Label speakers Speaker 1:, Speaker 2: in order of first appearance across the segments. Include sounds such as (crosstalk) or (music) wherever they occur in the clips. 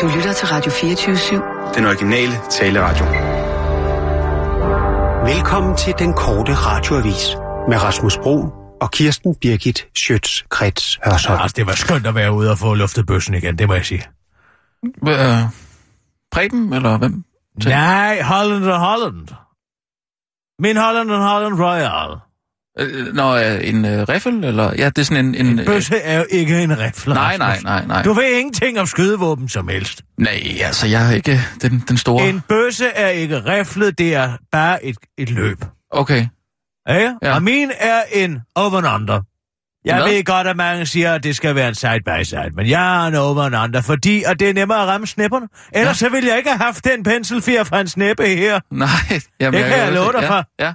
Speaker 1: Du lytter til Radio 24-7.
Speaker 2: Den originale taleradio.
Speaker 3: Velkommen til den korte radioavis med Rasmus Bro og Kirsten Birgit Schøtz-Krets Hørsholm.
Speaker 4: Altså, det var skønt at være ude og få luftet bøssen igen, det må jeg sige.
Speaker 5: Øh, Preben, eller hvem? Så-
Speaker 4: Nej, Holland og Holland. Min Holland og Holland Royal.
Speaker 5: Øh, Nå, øh, en øh, riffel, eller? Ja, det er sådan en... en, øh,
Speaker 4: En bøsse er jo ikke en rifle.
Speaker 5: Nej, nej,
Speaker 4: Rasmus.
Speaker 5: nej, nej.
Speaker 4: Du ved ingenting om skydevåben som helst.
Speaker 5: Nej, altså, jeg er ikke den, den store...
Speaker 4: En bøsse er ikke rifle, det er bare et, et løb.
Speaker 5: Okay. (laughs)
Speaker 4: Ikke?
Speaker 5: Ja.
Speaker 4: Ja. Og min er en over and under. Jeg
Speaker 5: Hvad?
Speaker 4: ved godt, at mange siger, at det skal være en side-by-side, men jeg har en over and under, fordi at det er nemmere at ramme snipperne. Ellers
Speaker 5: Ja.
Speaker 4: ja. så ville jeg ikke have haft den penselfjer fra en sneppe her.
Speaker 5: Nej, jamen,
Speaker 4: Det kan jeg love dig
Speaker 5: ja,
Speaker 4: for.
Speaker 5: Ja.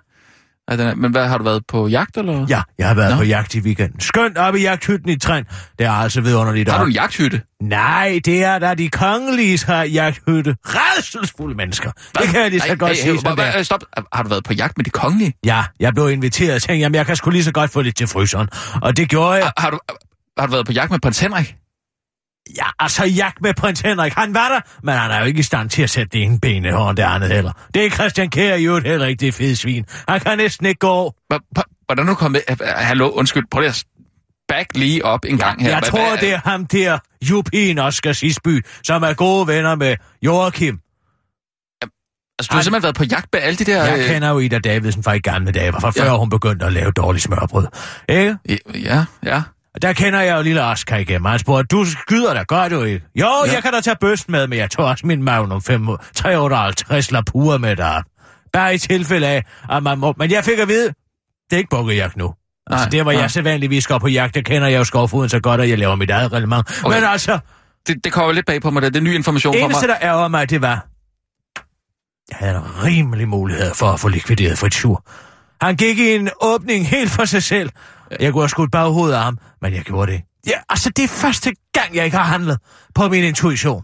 Speaker 5: Ej, den er, men hvad, har du været på jagt, eller?
Speaker 4: Ja, jeg har været
Speaker 5: Nå.
Speaker 4: Nå. på jagt i weekenden. Skønt op i jagthytten i Træn. Det er altså vidunderligt.
Speaker 5: Har
Speaker 4: op.
Speaker 5: du en jagthytte?
Speaker 4: Nej, det er da de kongelige har jagthytte. Rædselsfulde mennesker. Det kan jeg lige så
Speaker 5: Ej,
Speaker 4: godt
Speaker 5: ej,
Speaker 4: sige,
Speaker 5: ej,
Speaker 4: som
Speaker 5: hva-
Speaker 4: det
Speaker 5: hva-
Speaker 4: er.
Speaker 5: Stop. Har du været på jagt med de kongelige?
Speaker 4: Ja, jeg blev inviteret og tænkte, jamen jeg kan sgu lige så godt få lidt til fryseren. Og det gjorde jeg.
Speaker 5: Har, har, du, har du været på jagt med prins Henrik?
Speaker 4: Ja, altså jagt med prins Henrik. Han var der, men han er jo ikke i stand til at sætte det ene ben i hånden det andet heller. Det er Christian Kjær i øvrigt heller ikke, det fede svin. Han kan næsten ikke gå over.
Speaker 5: Hva- hva- Hvordan er du kommet med? Ah, Hallo, undskyld, prøv lige at s- back lige op en gang her.
Speaker 4: Jeg
Speaker 5: Hva-
Speaker 4: tror,
Speaker 5: hva-
Speaker 4: det er ham der, Jupin Oscar Sisby, som er gode venner med Joachim.
Speaker 5: Altså, du har
Speaker 4: Ej.
Speaker 5: simpelthen været på jagt med alle de der...
Speaker 4: Jeg
Speaker 5: øh,
Speaker 4: kender jo Ida Davidsen fra i gamle dage, fra før
Speaker 5: Ja.
Speaker 4: hun begyndte at lave dårlig smørbrød. Ikke?
Speaker 5: øh, Ja, ja.
Speaker 4: Og Der kender jeg jo lille Oscar igennem. Han spurgte, du skyder da, gør du ikke? Jo,
Speaker 5: Ja.
Speaker 4: ja. jeg kan da tage bøsten med, men jeg tog også min Magnum 5 358 lapure med dig. Bare i tilfælde af, at man må... Men jeg fik at vide, det er ikke bukkejagt nu. Altså,
Speaker 5: Nej,
Speaker 4: det var
Speaker 5: nej.
Speaker 4: jeg sædvanligvis går på jagt, der kender jeg jo skovfoden så godt, at jeg laver mit eget reglement.
Speaker 5: Okay.
Speaker 4: Okay. Men altså,
Speaker 5: Det, det kommer lidt bag på mig, da. det er ny information fra
Speaker 4: eneste,
Speaker 5: mig.
Speaker 4: der ærger mig, det var... Jeg havde en rimelig mulighed for at få likvideret Fritzur. Han gik i en åbning helt for sig selv. Jeg kunne have skudt baghovedet af ham, men jeg gjorde det. ikke. Ja, altså, det er første gang, jeg ikke har handlet på min intuition.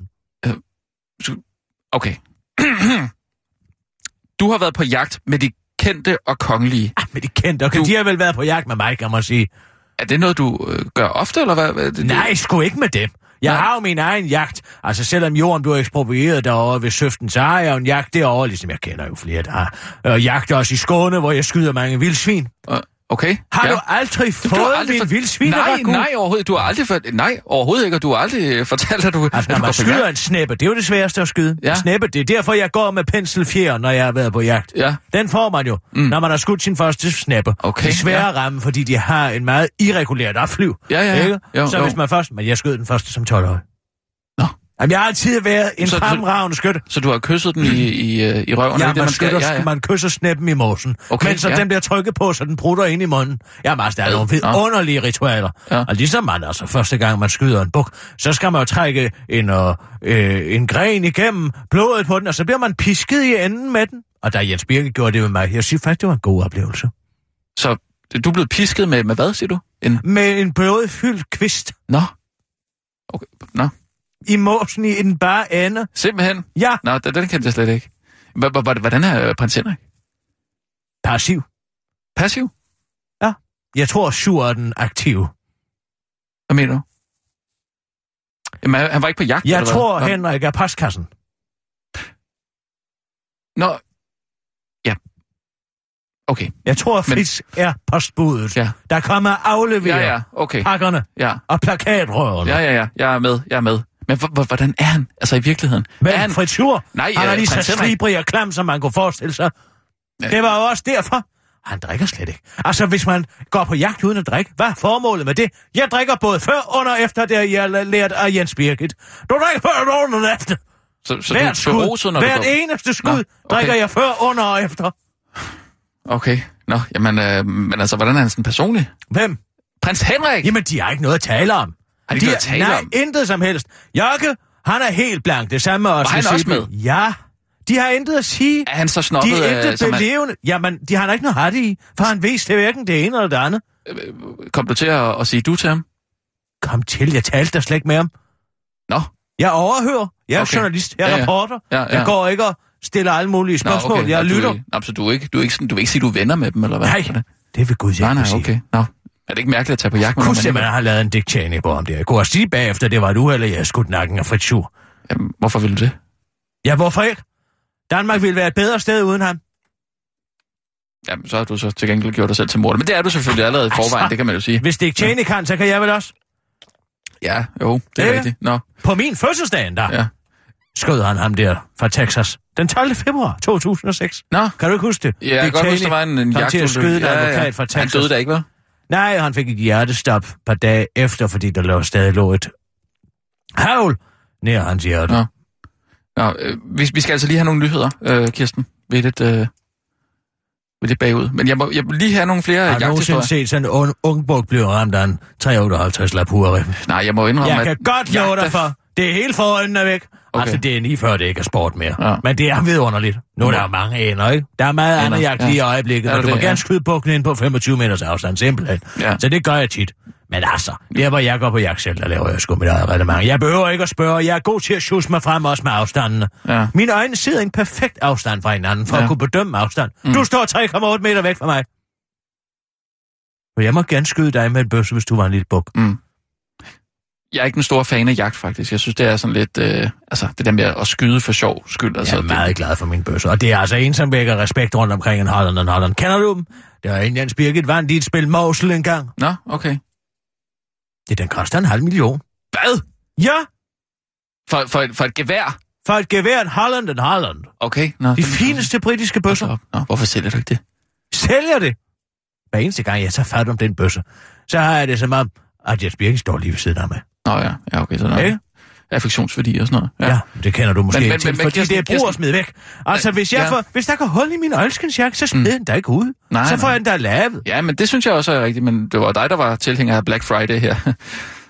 Speaker 5: Okay. (clears throat) du har været på jagt med de kendte og kongelige.
Speaker 4: Ah, men de kendte, okay,
Speaker 5: Du-
Speaker 4: de har vel været på jagt med mig, kan man sige.
Speaker 5: Er det noget, du øh, gør ofte, eller hvad? hvad? Det, det-
Speaker 4: Nej, sgu ikke med dem. Jeg
Speaker 5: Nej.
Speaker 4: har jo min egen jagt. Altså, selvom jorden blev eksproprieret derovre ved Søften, så har jeg jo en jagt derovre, ligesom jeg kender jo flere, der har. Og jagt også i Skåne, hvor jeg skyder mange vildsvin.
Speaker 5: Øh, Okay.
Speaker 4: Har
Speaker 5: ja.
Speaker 4: du aldrig
Speaker 5: Du
Speaker 4: fået
Speaker 5: har
Speaker 4: aldrig min
Speaker 5: fort-
Speaker 4: for... vildsvin?
Speaker 5: Nej, nej, overhovedet. Du har aldrig for... Nej, overhovedet ikke, og du har aldrig øh, fortalt, at du,
Speaker 4: Altså,
Speaker 5: at
Speaker 4: når
Speaker 5: du
Speaker 4: man
Speaker 5: går på
Speaker 4: skyder
Speaker 5: jagt.
Speaker 4: en snæppe, det er jo det sværeste at skyde.
Speaker 5: Ja.
Speaker 4: Ja. Snæppe, det er derfor, jeg går med penselfjer, når jeg har været på jagt.
Speaker 5: Ja.
Speaker 4: Den får man jo,
Speaker 5: Mm.
Speaker 4: mm. når man har skudt sin første snæppe.
Speaker 5: Okay,
Speaker 4: Det er svære
Speaker 5: ja.
Speaker 4: at ramme, fordi de har en meget irregulært opflyv.
Speaker 5: Ja, ja, ja.
Speaker 4: Ikke?
Speaker 5: Jo,
Speaker 4: så
Speaker 5: jo.
Speaker 4: hvis man først... Men jeg skød den første som 12-årig.
Speaker 5: Nå.
Speaker 4: Jamen, jeg har altid været en
Speaker 5: Så- så-
Speaker 4: fremragende skytte.
Speaker 5: Så du har kysset den i, i, øh, i røven? er
Speaker 4: Ja,
Speaker 5: det,
Speaker 4: man, man, skytter,
Speaker 5: Ja, ja.
Speaker 4: man kysser snæppen i mosen.
Speaker 5: Okay,
Speaker 4: Okay, men så
Speaker 5: ja.
Speaker 4: ja. den bliver trykket på, så den prutter ind i munden. Jamen, altså, der er
Speaker 5: Ja,
Speaker 4: nogle
Speaker 5: nå.
Speaker 4: vidunderlige ritualer.
Speaker 5: Ja.
Speaker 4: Ja. Og ligesom man, altså, første gang man skyder en buk, så skal man jo trække en, øh, øh, en gren igennem blodet på den, og så bliver man pisket i enden med den. Og da Jens Birke gjorde det med mig, jeg siger faktisk, det var en god oplevelse.
Speaker 5: Så du er blevet pisket med, med hvad, siger du? En...
Speaker 4: Med en blodfyldt kvist
Speaker 5: Nå. Okay. Nå.
Speaker 4: i mosen i en bare ende.
Speaker 5: Simpelthen.
Speaker 4: Ja,
Speaker 5: Nå, den, den kendte jeg slet ikke. Hva- hva- hva- Hvordan er øh, prins Henrik?
Speaker 4: passiv.
Speaker 5: Passiv?
Speaker 4: Jeg tror, sur er den aktive.
Speaker 5: Hvad mener du? Jamen, han han var ikke på jagt,
Speaker 4: Jeg
Speaker 5: eller
Speaker 4: tror,
Speaker 5: hvad? Nå.
Speaker 4: Henrik er paskassen.
Speaker 5: Nå. Ja. Okay.
Speaker 4: Jeg tror, Fritz Men... er postbuddet.
Speaker 5: Ja.
Speaker 4: Der kommer at
Speaker 5: Ja,
Speaker 4: aflevere
Speaker 5: ja. Okay.
Speaker 4: pakkerne
Speaker 5: Ja.
Speaker 4: og plakatrørene.
Speaker 5: Ja, ja, ja. Jeg er med. Jeg er med. Men h- h- hvordan er han? Altså i virkeligheden?
Speaker 4: Men
Speaker 5: er han?
Speaker 4: fritur,
Speaker 5: Nej,
Speaker 4: han er
Speaker 5: øh,
Speaker 4: lige så
Speaker 5: prins Henrik.
Speaker 4: slibrig og klam, som man kunne forestille sig.
Speaker 5: Ja.
Speaker 4: Det var jo også derfor. Han drikker slet ikke. Altså, hvis man går på jagt uden at drikke, hvad er formålet med det? Jeg drikker både før, under og efter, det jeg har lært af Jens Birgit. Du drikker før, under og efter.
Speaker 5: Så, så
Speaker 4: Hvert
Speaker 5: du, du er
Speaker 4: skud,
Speaker 5: roset, når du
Speaker 4: hvert
Speaker 5: går...
Speaker 4: eneste skud,
Speaker 5: Nå, okay.
Speaker 4: drikker jeg før, under og efter.
Speaker 5: Okay. Nå, jamen, øh, men altså, hvordan er han sådan personlig?
Speaker 4: Hvem?
Speaker 5: Prins Henrik!
Speaker 4: Jamen, de har ikke noget at tale om.
Speaker 5: Har de ikke noget at tale
Speaker 4: nej,
Speaker 5: om?
Speaker 4: intet som helst. Jokke, han er helt blank. Det samme med os.
Speaker 5: han også med?
Speaker 4: Ja. De har intet at sige.
Speaker 5: er han så
Speaker 4: De er
Speaker 5: snobbet? øh,
Speaker 4: intet
Speaker 5: som han,
Speaker 4: belevende. Jamen, de har da ikke noget ret i, for han vidste hverken det ene eller det andet.
Speaker 5: kom du til at, at sige du til ham?
Speaker 4: Kom til, jeg talte da slet ikke med ham.
Speaker 5: Nå,
Speaker 4: Jeg overhører. Jeg er
Speaker 5: Okay.
Speaker 4: okay. journalist. Jeg er
Speaker 5: Ja,
Speaker 4: ja,
Speaker 5: ja.
Speaker 4: ja. reporter.
Speaker 5: Ja,
Speaker 4: Ja,
Speaker 5: ja.
Speaker 4: ja. Jeg går ikke og stiller alle mulige
Speaker 5: Nå
Speaker 4: spørgsmål.
Speaker 5: okay.
Speaker 4: Jeg
Speaker 5: Nå,
Speaker 4: lytter.
Speaker 5: Du, nå, så du, er ikke, du, er ikke sådan, du vil ikke sige, du er venner med dem, eller hvad?
Speaker 4: Nej,
Speaker 5: Hvordan?
Speaker 4: det vil Gud ikke
Speaker 5: Nej, nej,
Speaker 4: kunne sige.
Speaker 5: okay. Nå. Er det ikke mærkeligt at tage på jagt med
Speaker 4: Kunne
Speaker 5: nogen, man
Speaker 4: simpelthen have lavet en Dick Cheney på om det. Jeg kunne også sige bagefter, det var et uheld, at jeg havde skudt nakken af Fritz Schur.
Speaker 5: Jamen, hvorfor vil du det?
Speaker 4: Ja, hvorfor ikke? Danmark ville være et bedre sted uden ham.
Speaker 5: Jamen, så har du så til gengæld gjort dig selv til morder. Men det er du selvfølgelig allerede i forvejen, det kan man jo sige.
Speaker 4: Hvis det ikke tjene kan, så kan jeg vel også.
Speaker 5: Ja, jo, det er
Speaker 4: Ja.
Speaker 5: rigtigt. Nå,
Speaker 4: På min fødselsdag endda, ja.
Speaker 5: ja.
Speaker 4: skød han ham der fra Texas. Den 12. februar 2006.
Speaker 5: Nå,
Speaker 4: Kan du ikke huske det?
Speaker 5: ja, jeg kan godt huske, der var en,
Speaker 4: kom
Speaker 5: en
Speaker 4: til at
Speaker 5: jagtulykke.
Speaker 4: skyde en
Speaker 5: ja,
Speaker 4: advokat fra
Speaker 5: Han
Speaker 4: Texas.
Speaker 5: døde da ikke, hvad?
Speaker 4: Nej, han fik et hjertestop et par dage efter, fordi der lå stadig lå et havl nær hans hjerte.
Speaker 5: Nå. Nå, øh, vi, vi skal altså lige have nogle nyheder, øh, Kirsten, ved lidt, øh, ved lidt bagud. Men jeg må, jeg må lige have nogle flere
Speaker 4: Har du nogensinde
Speaker 5: jagthistorier.
Speaker 4: set sådan en ung, ung buk blive ramt af en 358 lap hurriffen?
Speaker 5: Nej, jeg må indrømme,
Speaker 4: Jeg kan
Speaker 5: at...
Speaker 4: godt love
Speaker 5: jagter-
Speaker 4: dig for, det er helt foran er væk.
Speaker 5: Okay.
Speaker 4: Okay. Altså, det er lige før, det ikke er sport mere.
Speaker 5: Ja. Mm.
Speaker 4: Ja. Men det er vidunderligt. Nu er der jo mange ender, ikke? Der er meget
Speaker 5: Ender,
Speaker 4: andet jagt
Speaker 5: ja.
Speaker 4: lige i øjeblikket,
Speaker 5: Er
Speaker 4: men
Speaker 5: der
Speaker 4: du må
Speaker 5: det, ja.
Speaker 4: gerne skyde bukken ind på 25 meters afstand, simpelthen.
Speaker 5: Ja.
Speaker 4: Så det gør jeg tit. Men altså, der hvor jeg går på jagt selv, der laver jeg sgu mit eget reglement. Jeg behøver ikke at spørge, jeg er god til at sjusse mig frem også med afstandene.
Speaker 5: Ja.
Speaker 4: Mine øjne sidder i en perfekt afstand fra hinanden, for
Speaker 5: Ja. Mm.
Speaker 4: at kunne bedømme afstand. Du står 3,8 meter væk fra mig. Og jeg må gerne skyde dig med en bøsse, hvis du var en lille buk.
Speaker 5: Jeg er ikke den store fan af jagt, faktisk. Jeg synes, det er sådan lidt... Øh, altså, det der med at skyde for sjov skyld. Altså,
Speaker 4: Jeg er
Speaker 5: det-
Speaker 4: meget glad for min bøsse, og det er altså en, som vækker respekt rundt omkring en Holland og en Holland. Kender du dem? Der er en, Jens Birgit vandt i et spil Mosel engang.
Speaker 5: Nå, okay.
Speaker 4: Det den koster en halv million.
Speaker 5: Hvad?
Speaker 4: Ja,
Speaker 5: For, for, et- for et gevær?
Speaker 4: for et gevær en Holland en Holland.
Speaker 5: Okay. Nå,
Speaker 4: De
Speaker 5: den-
Speaker 4: fineste britiske bøsser.
Speaker 5: Hold da op. Nå, hvorfor sælger du ikke det?
Speaker 4: sælger det. Hver eneste gang, jeg tager fat om den bøsse, så har jeg det som om, at Jens Birken står lige ved siden af mig.
Speaker 5: Nå ja, ja okay. Sådan noget.
Speaker 4: Ikke?
Speaker 5: Affektionsværdi og sådan noget.
Speaker 4: Ja, ja det kender du måske men,
Speaker 5: Men- men-
Speaker 4: ikke til,
Speaker 5: men- men
Speaker 4: fordi
Speaker 5: Kirsten-
Speaker 4: det er brug
Speaker 5: Kirsten-
Speaker 4: at smide væk. Altså, hvis, jeg
Speaker 5: Ja.
Speaker 4: ja. får, hvis der går hul i min øjelskindsjakke, så smider mm. den der ikke ud.
Speaker 5: Nej,
Speaker 4: Nej, så får
Speaker 5: nej.
Speaker 4: jeg den der lavet.
Speaker 5: Ja, men det synes jeg også er rigtigt, men det var dig, der var tilhænger af Black Friday her. (laughs)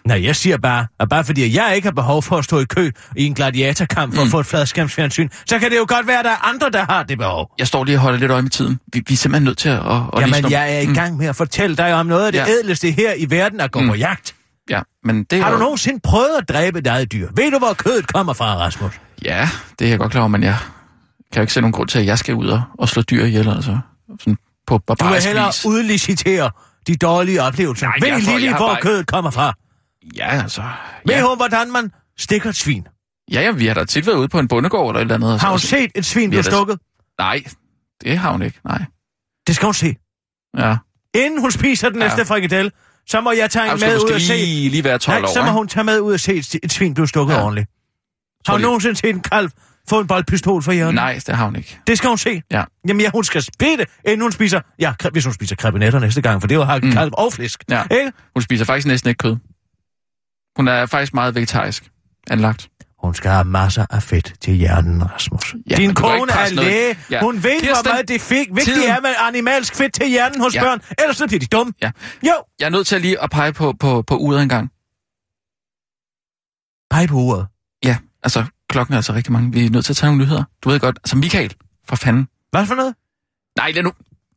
Speaker 4: Nej, jeg siger bare, at bare fordi jeg ikke har behov for at stå i kø i en gladiatorkamp for mm. at få et fladskærmsfjernsyn, så kan det jo godt være, at der er andre, der har det behov.
Speaker 5: Jeg står lige og holder lidt øje med tiden. Vi, vi er simpelthen nødt til at... at at lige
Speaker 4: Jamen,
Speaker 5: stoppe.
Speaker 4: jeg er i
Speaker 5: Mm,
Speaker 4: gang med at fortælle dig om noget af det
Speaker 5: Ja.
Speaker 4: ja. ædleste her i verden at gå
Speaker 5: Mm.
Speaker 4: på jagt.
Speaker 5: Ja, men det er
Speaker 4: Har du
Speaker 5: jo-
Speaker 4: nogensinde prøvet at dræbe et eget dyr? Ved du, hvor kødet kommer fra, Rasmus?
Speaker 5: Ja, det er jeg godt klar over, men jeg kan jo ikke se nogen grund til, at jeg skal ud og, og slå dyr ihjel, altså. Sådan
Speaker 4: Du
Speaker 5: på
Speaker 4: vil
Speaker 5: barbarisk
Speaker 4: hellere
Speaker 5: vis.
Speaker 4: udlicitere de dårlige oplevelser.
Speaker 5: Nej,
Speaker 4: Nej, Ved
Speaker 5: jeg får-
Speaker 4: lige,
Speaker 5: jeg har
Speaker 4: hvor
Speaker 5: bare ikke-
Speaker 4: kødet kommer fra.
Speaker 5: Ja, altså.
Speaker 4: Ved
Speaker 5: Ja.
Speaker 4: hun, hvordan man stikker et svin?
Speaker 5: ja, ja, vi har da tit været ude på en bondegård eller et eller andet. altså.
Speaker 4: Har hun set et svin
Speaker 5: vi er
Speaker 4: blive
Speaker 5: da-
Speaker 4: stukket?
Speaker 5: Nej, det har hun ikke, nej.
Speaker 4: Det skal hun se.
Speaker 5: Ja.
Speaker 4: Inden hun spiser den
Speaker 5: Ja.
Speaker 4: næste frikadelle, så må jeg tage
Speaker 5: Ej,
Speaker 4: hende
Speaker 5: hun skal
Speaker 4: med ud
Speaker 5: måske
Speaker 4: og se.
Speaker 5: lige, lige være 12
Speaker 4: Nej,
Speaker 5: år,
Speaker 4: så må
Speaker 5: ikke?
Speaker 4: hun tage med ud og se et, et svin blive stukket
Speaker 5: Ja.
Speaker 4: ja. ordentligt.
Speaker 5: Tror
Speaker 4: Har hun
Speaker 5: lige-
Speaker 4: nogensinde set en kalv få en boldpistol for hjernen?
Speaker 5: Nej, det har hun ikke.
Speaker 4: Det skal hun se.
Speaker 5: Ja.
Speaker 4: Jamen ja, hun skal spille, inden hun spiser... Ja, kre- hvis hun spiser krebinetter næste gang, for det er jo hakket
Speaker 5: Mm.
Speaker 4: kalv og flæsk.
Speaker 5: Ja.
Speaker 4: Ikke?
Speaker 5: Hun spiser faktisk næsten ikke kød. Hun er faktisk meget vegetarisk anlagt.
Speaker 4: Hun skal have masser af fedt til hjernen, Rasmus.
Speaker 5: Ja,
Speaker 4: Ja, Din
Speaker 5: men du kan
Speaker 4: kone
Speaker 5: ikke
Speaker 4: er
Speaker 5: presse noget-
Speaker 4: læge.
Speaker 5: Ja.
Speaker 4: Ja. Hun ved,
Speaker 5: Kirsten,
Speaker 4: hvor meget det fik. Vigtigt
Speaker 5: tiden-
Speaker 4: er med animalsk fedt til hjernen hos
Speaker 5: Ja.
Speaker 4: ja. børn, ellers så bliver de dumme.
Speaker 5: Ja.
Speaker 4: Jo,
Speaker 5: Jeg er nødt til lige at pege på, på, på uret en gang.
Speaker 4: pege på uret.
Speaker 5: Ja, altså klokken er altså rigtig mange. Vi er nødt til at tage nogle nyheder. Du ved godt, altså Michael, for fanden.
Speaker 4: Hvad for noget?
Speaker 5: Nej, lad nu.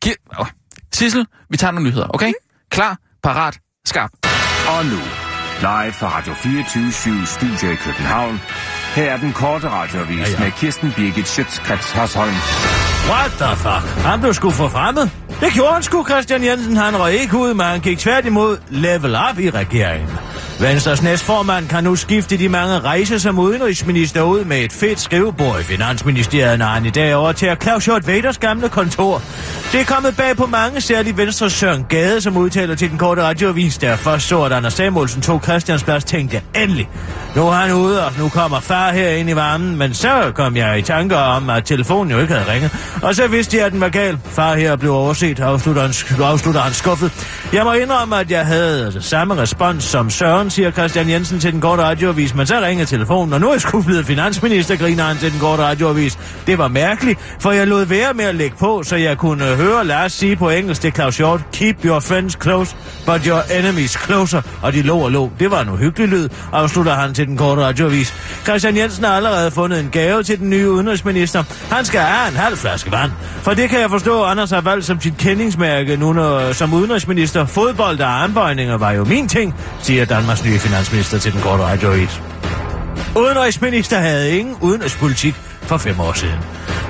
Speaker 5: Ki- Åh. Sissel, vi tager nogle nyheder, okay? Klar, parat, skarp.
Speaker 2: Og nu, live fra Radio 24 Studio i København. Her er den korte radiovis ja, ja.
Speaker 4: Ja, ja.
Speaker 2: med Kirsten Birgit Schøtzgrads Hasholm.
Speaker 4: What the fuck? Han blev sgu forfremmet. Det gjorde han sgu, Christian Jensen. Han røg ikke ud, men han gik tværtimod level up i regeringen. Venstres næstformand kan nu skifte de mange rejser som udenrigsminister ud med et fedt skrivebord i Finansministeriet, når han i dag overtager Claus Hjort Vaders gamle kontor. Det er kommet bag på mange, særligt Venstres Søren Gade, som udtaler til den korte radioavis, der først så, at Anders Samuelsen tog Christians plads, tænkte endelig. Nu er han ude, og nu kommer far her ind i varmen, men så kom jeg i tanker om, at telefonen jo ikke havde ringet. Og så vidste jeg, at den var gal. Far her blev overset, afslutter han, sk- afslutter han skuffet. Jeg må indrømme, at jeg havde altså, samme respons som Søren, siger Christian Jensen til den korte radioavis, men så ringede telefonen, og nu er jeg sgu blevet finansminister, griner han til den korte radioavis. Det var mærkeligt, for jeg lod være med at lægge på, så jeg kunne øh, høre Lars sige på engelsk til Claus Hjort, keep your friends close, but your enemies closer, og de lå og lå. Det var en uhyggelig lyd, afslutter han til den korte radioavis. Christian Jensen har allerede fundet en gave til den nye udenrigsminister. Han skal have en halv flaske vand. For det kan jeg forstå, Anders har valgt som sit kendingsmærke nu når, øh, som udenrigsminister. Fodbold og armbøjninger var jo min ting, siger Danmarks nye finansminister til den korte radioavis. Udenrigsminister havde ingen udenrigspolitik for fem år siden.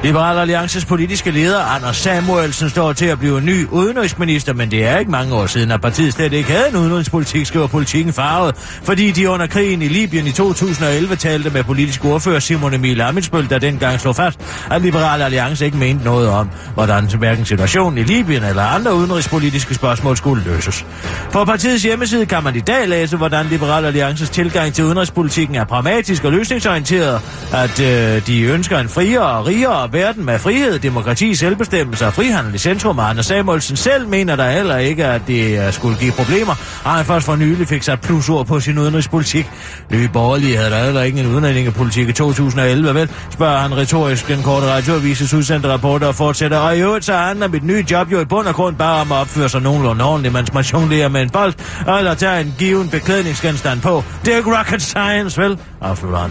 Speaker 4: Liberal Alliances politiske leder, Anders Samuelsen, står til at blive ny udenrigsminister, men det er ikke mange år siden, at partiet slet ikke havde en udenrigspolitik, skriver politikken farvet, fordi de under krigen i Libyen i 2011 talte med politisk ordfører Simon Emil Amitsbøl, der dengang slog fast, at Liberal Alliance ikke mente noget om, hvordan hverken situationen i Libyen eller andre udenrigspolitiske spørgsmål skulle løses. På partiets hjemmeside kan man i dag læse, hvordan Liberal Alliances tilgang til udenrigspolitikken er pragmatisk og løsningsorienteret, at øh, de ønsker en friere og rigere verden med frihed, demokrati, selvbestemmelse og frihandel i centrum, og Anders Samuelsen selv mener der heller ikke, at det øh, skulle give problemer, og han først for nylig fik sat plusord på sin udenrigspolitik. Nye borgerlige havde der heller ikke en udenrigspolitik i 2011, vel? Spørger han retorisk den korte radioavises udsendte rapporter og fortsætter, og i øvrigt så handler mit nye job jo i bund og grund bare om at opføre sig nogenlunde ordentligt, mens man jonglerer med en bold, eller tager en given beklædningsgenstand på. Det er ikke rocket science, vel? Afslutter han.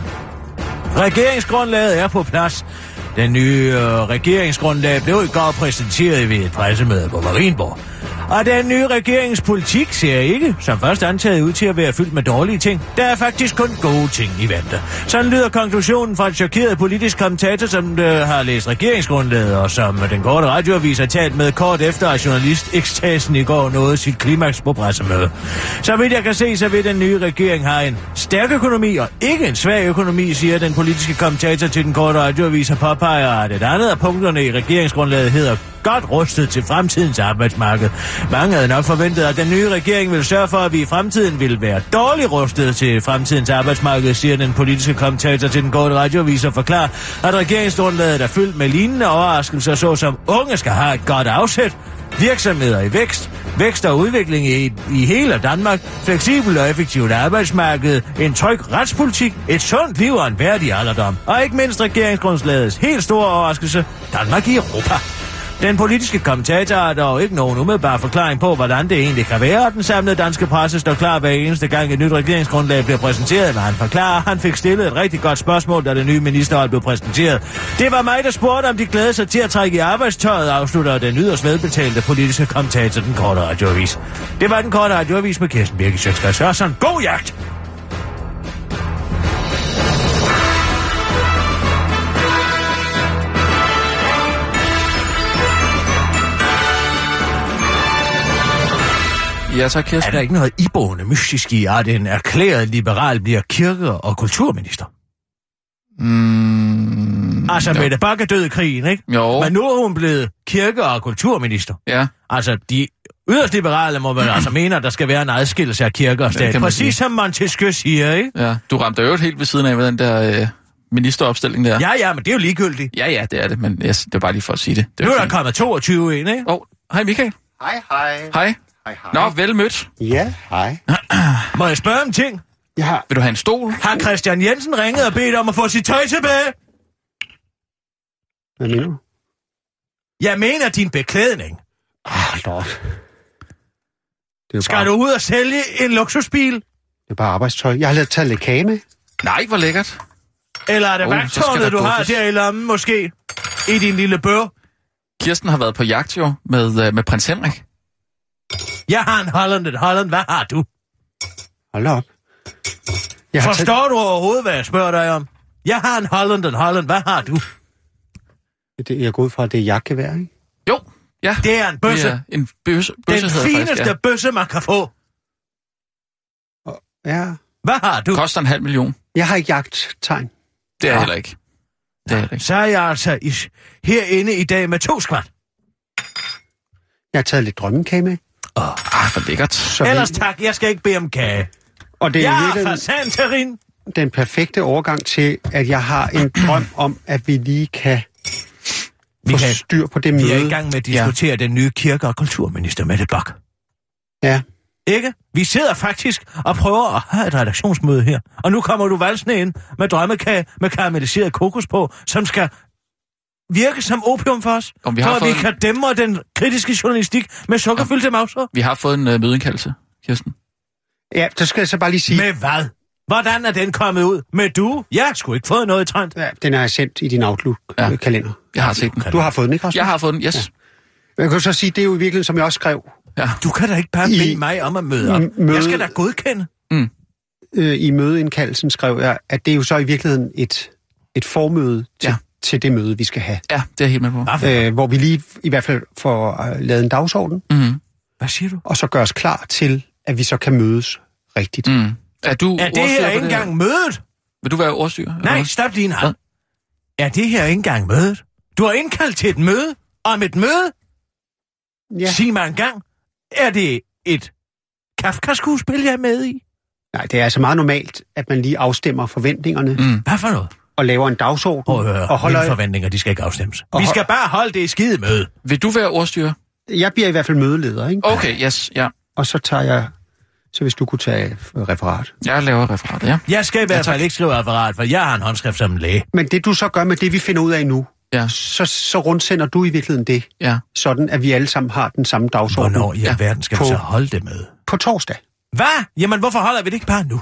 Speaker 4: Regeringsgrundlaget er på plads. Den nye øh, regeringsgrundlag blev i går præsenteret ved et pressemøde på Marienborg. Og den nye regeringspolitik ser ikke, som først antaget, ud til at være fyldt med dårlige ting. Der er faktisk kun gode ting i vente. Sådan lyder konklusionen fra en chokeret politisk kommentator, som øh, har læst regeringsgrundlaget, og som den korte radioavis har talt med kort efter, at journalist ekstasen i går nåede sit klimaks på pressemøde. Så vidt jeg kan se, så vil den nye regering have en stærk økonomi og ikke en svag økonomi, siger den politiske kommentator til den korte radioavis og påpeger, at et andet af punkterne i regeringsgrundlaget hedder godt rustet til fremtidens arbejdsmarked. Mange havde nok forventet, at den nye regering ville sørge for, at vi i fremtiden ville være dårligt rustet til fremtidens arbejdsmarked, siger den politiske kommentator til den korte radioavis og forklarer, at regeringsgrundlaget er fyldt med lignende overraskelser, såsom unge skal have et godt afsæt, virksomheder i vækst, vækst og udvikling i, i hele Danmark, fleksibel og effektivt arbejdsmarked, en tryg retspolitik, et sundt liv og en værdig alderdom, og ikke mindst regeringsgrundslagets helt store overraskelse, Danmark i Europa. Den politiske kommentator har dog ikke nogen umiddelbar forklaring på, hvordan det egentlig kan være, og den samlede danske presse står klar hver eneste gang et nyt regeringsgrundlag bliver præsenteret, når han forklarer, at han fik stillet et rigtig godt spørgsmål, da det nye ministerhold blev præsenteret. Det var mig, der spurgte, om de glædede sig til at trække i arbejdstøjet, afslutter den yderst velbetalte politiske kommentator, den korte radioavis. Det var den korte radioavis med Kirsten Birke Sjøtskrets Hørsson. God jagt!
Speaker 5: Ja, så
Speaker 4: Er
Speaker 5: Kirsten.
Speaker 4: der ikke noget iboende mystisk i, at en erklæret liberal bliver kirke- og kulturminister?
Speaker 5: Mm,
Speaker 4: Altså,
Speaker 5: jo.
Speaker 4: Mette Bakke døde i krigen, ikke?
Speaker 5: Jo,
Speaker 4: Men nu er hun blevet kirke- og kulturminister.
Speaker 5: ja.
Speaker 4: Altså, de yderst liberale må man
Speaker 5: (clears throat)
Speaker 4: altså mene, at der skal være en adskillelse af kirke og
Speaker 5: Det
Speaker 4: stat.
Speaker 5: kan man sige.
Speaker 4: Præcis som Montesquieu siger, ikke?
Speaker 5: ja. Du ramte jo helt ved siden af, hvad den der øh, ministeropstilling der.
Speaker 4: Ja, ja, men det er jo ligegyldigt.
Speaker 5: ja, ja, det er det, men yes, det var bare lige for at sige det. det
Speaker 4: Nu
Speaker 5: var
Speaker 4: er der
Speaker 5: fint.
Speaker 4: kommet 22 ind, ikke?
Speaker 5: Åh, oh, hej Michael.
Speaker 6: Hej, hej.
Speaker 5: Hej.
Speaker 6: Hej, hej.
Speaker 5: Nå, vel mødt.
Speaker 6: Ja, hej.
Speaker 4: Må jeg spørge om ting?
Speaker 6: Jeg har...
Speaker 5: Vil du have en stol?
Speaker 4: Har Christian Jensen ringet og bedt om at få sit tøj tilbage?
Speaker 6: Hvad mener du?
Speaker 4: Jeg mener din beklædning.
Speaker 6: Ah, lort. Det er, jo bare,
Speaker 4: Skal du ud og sælge en luksusbil?
Speaker 6: det er bare arbejdstøj. Jeg har lavet taget lidt kage med.
Speaker 5: Nej, hvor lækkert.
Speaker 4: Eller er det
Speaker 5: Oh, så
Speaker 4: oh,
Speaker 5: skal der
Speaker 4: vagtårnet, du har
Speaker 5: duffes.
Speaker 4: der i lommen måske? I din lille bør?
Speaker 5: Kirsten har været på jagt jo med, øh, med prins Henrik.
Speaker 4: Jeg har en Holland, en Holland. Hvad har du?
Speaker 6: Hold da op. Jeg har
Speaker 4: Forstår du overhovedet, hvad jeg spørger dig om? Jeg har en Holland, en Holland. Hvad har du?
Speaker 6: Taget... Det, jeg er gået fra, at det er jagtgevær, ikke?
Speaker 5: Jo, ja.
Speaker 4: Det er en bøsse.
Speaker 5: Det er en bøsse, bøsse
Speaker 4: Den
Speaker 5: hedder det
Speaker 4: fineste
Speaker 5: faktisk,
Speaker 4: bøsse, man kan få.
Speaker 6: Ja.
Speaker 4: Hvad har du?
Speaker 5: ja. Koster en halv million.
Speaker 6: Jeg har ikke jagttegn.
Speaker 5: Det
Speaker 4: Nå.
Speaker 5: er ja. heller ikke. Det er heller ikke.
Speaker 4: Så er jeg altså i, herinde i dag med to skvat.
Speaker 6: Jeg har taget lidt drømmekage med.
Speaker 5: Ah, hvor lækkert.
Speaker 6: Så
Speaker 4: Ellers tak, jeg skal ikke bede om kage.
Speaker 6: Og det er
Speaker 4: Jeg
Speaker 6: ja,
Speaker 4: er fra
Speaker 6: virkelig
Speaker 4: Santerin.
Speaker 6: den perfekte overgang til, at jeg har en drøm om, at vi lige kan få
Speaker 4: Michael,
Speaker 6: styr på det
Speaker 4: vi er
Speaker 6: møde.
Speaker 5: Mm.
Speaker 4: i gang med at diskutere ja. den nye kirke- og kulturminister Mette Bak.
Speaker 6: Ja.
Speaker 4: Ikke? Vi sidder faktisk og prøver at have et redaktionsmøde her. Og nu kommer du valsende ind med drømmekage med karamelliseret kokos på, som skal virke som opium for os.
Speaker 5: Om vi
Speaker 4: for
Speaker 5: har
Speaker 4: at
Speaker 5: fået
Speaker 4: vi
Speaker 5: en-
Speaker 4: kan dæmme den kritiske journalistik med sukkerfyldte mauser.
Speaker 5: Vi har fået en øh, mødeindkaldelse, Kirsten.
Speaker 6: Ja, så skal jeg så bare lige sige,
Speaker 4: Med hvad? Hvordan er den kommet ud? Med du? Jeg har sgu ikke fået noget i trend.
Speaker 6: ja, den har jeg sendt i din
Speaker 5: Ja.
Speaker 6: Outlook-kalender.
Speaker 5: Jeg har set den.
Speaker 6: Du har fået den, ikke også?
Speaker 5: Jeg har fået den, yes.
Speaker 6: Jeg kan så sige, det er jo i virkeligheden, som jeg også skrev
Speaker 4: Du kan da ikke bare
Speaker 6: I-
Speaker 4: bede mig om at møde op.
Speaker 6: M- møde-
Speaker 4: Jeg skal da godkende.
Speaker 6: øh, i mødeindkaldelsen, skrev jeg, at det er jo så i virkeligheden et, et formøde til
Speaker 5: Ja.
Speaker 6: ja. til det møde, vi skal have.
Speaker 5: Ja, det er jeg helt med på.
Speaker 6: Øh, hvor vi lige i hvert fald får øh, lavet en dagsorden,
Speaker 5: Mm.
Speaker 4: Hvad siger du?
Speaker 6: og så gør os klar til, at vi så kan mødes rigtigt. Mm.
Speaker 5: Mm. Er du
Speaker 4: Er Ah. det
Speaker 5: ordstyrer
Speaker 4: her
Speaker 5: på
Speaker 4: ikke engang mødet?
Speaker 5: Vil du være ordstyrer? eller
Speaker 4: Nej,
Speaker 5: hvad?
Speaker 4: stop din
Speaker 5: Hvad?
Speaker 4: hand. Er det her ikke engang mødet? Du har indkaldt til et møde om et møde.
Speaker 5: Mm.
Speaker 6: Ja.
Speaker 4: Sig mig engang, er det et Kafka-skuespil, jeg er med i?
Speaker 6: Nej, det er altså meget normalt, at man lige afstemmer forventningerne mm.
Speaker 4: Hvad for noget?
Speaker 6: og laver en dagsorden.
Speaker 4: Prøv at høre,
Speaker 6: og holder,
Speaker 4: mine forventninger, de skal ikke afstemmes.
Speaker 6: Og
Speaker 4: Vi
Speaker 6: hold-
Speaker 4: skal bare holde det i skide møde.
Speaker 5: Vil du være ordstyrer?
Speaker 6: jeg bliver i hvert fald mødeleder, ikke?
Speaker 5: Okay, yes, ja.
Speaker 6: Og så tager jeg... Så hvis du kunne tage øh, referat.
Speaker 5: Jeg laver referatet, ja.
Speaker 4: Jeg skal i hvert fald ikke skrive apparat, for jeg har en håndskrift som en læge.
Speaker 6: Men det du så gør med det, vi finder ud af nu,
Speaker 5: Ja,
Speaker 6: så, så rundsender du i virkeligheden det,
Speaker 5: ja.
Speaker 6: sådan at vi alle sammen har den samme dagsorden
Speaker 4: Hvornår i
Speaker 5: Ja.
Speaker 4: alverden skal vi
Speaker 6: På-
Speaker 4: så holde det møde?
Speaker 6: på torsdag.
Speaker 4: Hvad? Jamen, hvorfor holder vi det ikke bare nu?